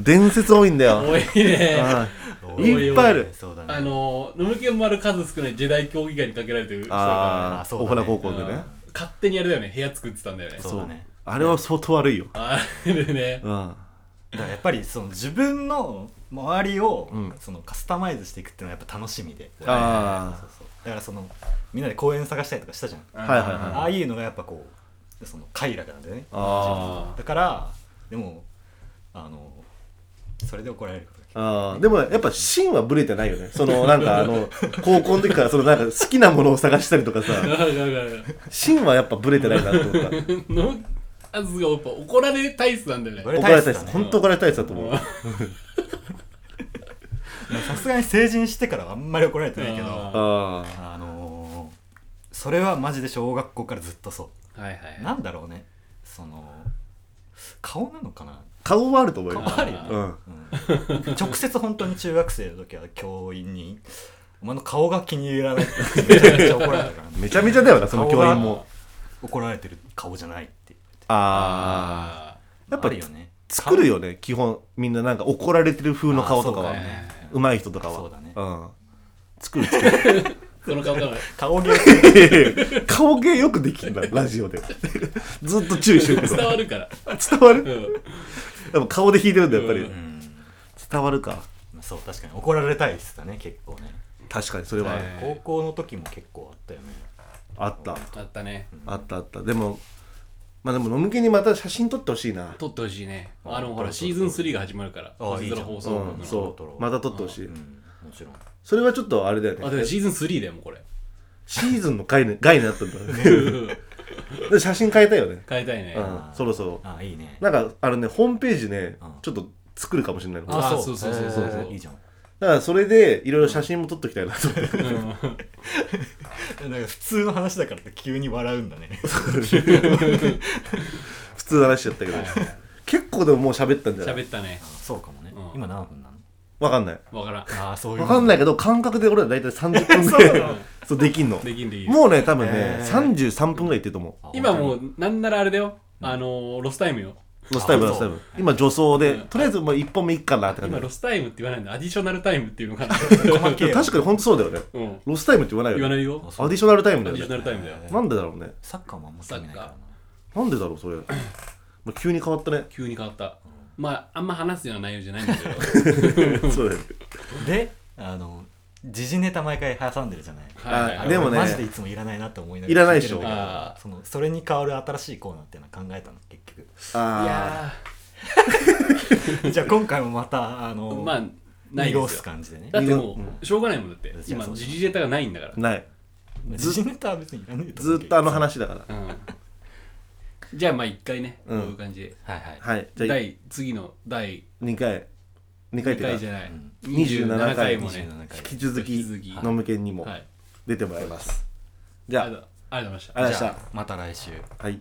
Speaker 2: 伝説多いんだよ
Speaker 1: 多いね
Speaker 2: はい
Speaker 3: お
Speaker 2: いっぱいある
Speaker 3: そうだね
Speaker 1: あの飲む気が回る数少ないジェダイ競技会にかけられてる人だか
Speaker 2: あ
Speaker 3: あ
Speaker 2: あ
Speaker 3: そう
Speaker 2: 大
Speaker 3: だね
Speaker 2: 船高校
Speaker 1: ら
Speaker 2: でね
Speaker 1: うん勝手にあれだよね部屋作ってたんだよね
Speaker 3: そうだね
Speaker 2: あれは相当悪いよ
Speaker 1: あれね
Speaker 2: うん
Speaker 3: だからやっぱりその自分の周りを
Speaker 2: うん
Speaker 3: そのカスタマイズしていくっていうのはやっぱ楽しみで、
Speaker 2: あー
Speaker 3: そうそうそうだからそのみんなで公園探したりとかしたじゃん、
Speaker 1: はい
Speaker 2: はいはいはい
Speaker 3: ああいうのがやっぱこうその快楽なんだよね
Speaker 2: あ
Speaker 3: だからでもあのそれで怒られることが
Speaker 2: あーでもやっぱ芯はブレてないよねそのなんかあ の高校の時からそのなんか好きなものを探したりとかさ
Speaker 1: わかるわかる
Speaker 2: 芯はやっぱブレてないなと思 った
Speaker 1: のあずがやっぱ怒られ体質なんだよね
Speaker 3: 怒られ
Speaker 2: 怒られた
Speaker 3: タ
Speaker 2: いで
Speaker 3: イプだ
Speaker 2: す
Speaker 3: ね
Speaker 2: 本当怒られたいですだと思う
Speaker 3: さすがに成人してからはあんまり怒られてないけど
Speaker 1: あ
Speaker 3: あ
Speaker 2: ああ
Speaker 3: のそれはマジで小学校からずっとそ
Speaker 1: はいは
Speaker 3: う
Speaker 1: い
Speaker 3: なんだろうねその顔なのかな、
Speaker 2: 顔はあると思うよ
Speaker 3: 顔はあるよね
Speaker 2: うん
Speaker 3: うん、直接本当に中学生の時は教員に「お前の顔が気に入らない」ってめちゃめちゃ怒られたから、ね、
Speaker 2: めちゃめちゃだよなその教員も
Speaker 3: 怒られてる顔じゃないって
Speaker 2: ああやっぱ
Speaker 3: あるよね
Speaker 2: 作るよね基本みんななんか怒られてる風の顔とか
Speaker 3: あ
Speaker 2: は
Speaker 3: ーそうだね
Speaker 2: うまい人とかは
Speaker 3: そうだね
Speaker 2: ん作る作る
Speaker 1: その顔かな
Speaker 3: 顔芸
Speaker 2: 顔芸よくできるんだラジオでずっと注意してるけど
Speaker 1: 伝わるから
Speaker 2: 伝わる
Speaker 1: うん
Speaker 2: やっぱ顔で弾いてるんだやっぱり、
Speaker 1: う
Speaker 3: うん
Speaker 2: 伝わるか
Speaker 3: まあそう確かに怒られたいですだね結構ね
Speaker 2: 確かにそれはある、
Speaker 1: はい
Speaker 3: 高校の時も結構あったよね
Speaker 2: あった
Speaker 1: あったね
Speaker 2: あったあったでもまあでも飲む気にまた写真撮ってほしいな
Speaker 1: 撮ってほしいねあの
Speaker 3: あ
Speaker 1: ほらシーズン3が始まるから
Speaker 3: あ
Speaker 1: 星
Speaker 3: いいじ
Speaker 1: 空
Speaker 3: ゃん
Speaker 1: 放
Speaker 2: う
Speaker 1: 送
Speaker 2: ん
Speaker 1: 部
Speaker 2: そ
Speaker 1: の
Speaker 2: う
Speaker 3: 撮ろう
Speaker 2: また撮ってほし
Speaker 3: う
Speaker 2: い、
Speaker 3: んもちろん
Speaker 2: それはちょっとあれだよ
Speaker 1: あだ
Speaker 2: ね
Speaker 1: からシーズン3だよもうこれ
Speaker 2: シーズンの概念概念だったんだね
Speaker 1: うん
Speaker 2: で写真変えたいよね
Speaker 1: 変えたいね
Speaker 2: うんそろそろ
Speaker 3: ああいいね
Speaker 2: なんかあのねホームページね
Speaker 3: うん
Speaker 2: ちょっと作るかもしれないのだ
Speaker 1: あ
Speaker 2: か
Speaker 1: そうそうそうそう
Speaker 3: へーいいじゃん
Speaker 2: らそれでいろいろ写真も撮っときたいなと思って
Speaker 3: なんか普通の話だからって急に笑うんだね
Speaker 2: 普通の話しちゃったけど結構でももう喋ったんじゃない
Speaker 1: 喋ったね
Speaker 3: あそうかもね
Speaker 1: うん
Speaker 3: 今何分なの
Speaker 2: わかんない
Speaker 1: わからん
Speaker 3: ああそういう
Speaker 2: わかんないいけど感覚で俺ら大体30分ぐらい そうできんの
Speaker 1: できんでいい
Speaker 2: もうね多分ね
Speaker 3: へー
Speaker 2: 33分ぐらいいってると思う
Speaker 1: 今も
Speaker 3: う
Speaker 1: うなんならあれだよあのーロスタイムよ
Speaker 2: ロスタイム
Speaker 3: あ
Speaker 2: ロスタイ
Speaker 3: そ
Speaker 2: ム
Speaker 3: う
Speaker 2: 今助走で、
Speaker 1: うん
Speaker 2: とりあえずもう1本目いっかなって感じ
Speaker 1: 今ロスタイムって言わないんだアディショナルタイムっていうのかな
Speaker 3: 細け
Speaker 2: で
Speaker 3: え
Speaker 2: も確かに本当そうだよね
Speaker 1: うん
Speaker 2: ロスタイムって言わない
Speaker 1: 言
Speaker 2: よ
Speaker 1: わ
Speaker 2: ね
Speaker 1: ないよ
Speaker 2: アディショナルタイム
Speaker 1: ア
Speaker 2: だ
Speaker 1: ディ
Speaker 2: よ
Speaker 1: ショナ
Speaker 2: ね
Speaker 1: ルタイムだよ
Speaker 3: へー
Speaker 2: なんでだろうね
Speaker 3: サッカーもあんま興味ないからな
Speaker 2: なんでだろうそれもう急に変わっ たね
Speaker 1: 急に変わったまああんま話すような内容じゃないんだけど
Speaker 2: そうだよね
Speaker 3: であの時事ネタ毎回挟んでるじゃない
Speaker 1: はいはい
Speaker 2: あ
Speaker 1: はい
Speaker 2: でもね
Speaker 3: マジでいつもいらないなって思いながら
Speaker 2: いらないでしょ
Speaker 3: 聞てるんだ
Speaker 1: あー
Speaker 3: けどそのそれに代わる新しいコーナーっていうのは考えたの結局
Speaker 1: い
Speaker 2: あ
Speaker 1: や
Speaker 3: じゃあ今回もまたあの
Speaker 1: ーまあないで
Speaker 3: 濁
Speaker 1: すよ
Speaker 3: す感じでね
Speaker 1: だって
Speaker 2: 濁
Speaker 1: もうしょうがないもんだって
Speaker 3: いや
Speaker 1: 今
Speaker 3: そうそう
Speaker 1: 時事ネタがないんだから
Speaker 2: ーない
Speaker 3: 時事ネタは別にいらないと
Speaker 2: ず
Speaker 3: 思う
Speaker 2: ー
Speaker 3: け
Speaker 2: っ
Speaker 3: ど
Speaker 2: とあの話だから
Speaker 1: じゃあまあ一回ね、
Speaker 2: うん
Speaker 1: こういう感じで
Speaker 3: はいはい
Speaker 2: はいじゃあ
Speaker 1: 第次の第
Speaker 2: 2回2回
Speaker 1: 2
Speaker 2: っていう
Speaker 1: 回
Speaker 2: か
Speaker 1: じゃない、
Speaker 3: ん
Speaker 1: 27回もね
Speaker 3: 27回
Speaker 2: 引き続き
Speaker 1: 引き続き
Speaker 2: ノムケンにも
Speaker 1: はい
Speaker 2: 出てもらいます、じ
Speaker 1: じ
Speaker 2: ゃ
Speaker 1: ゃあ
Speaker 2: あ
Speaker 1: りがとうございました
Speaker 2: ありがとうございまし
Speaker 3: じゃあまた来週
Speaker 2: たはい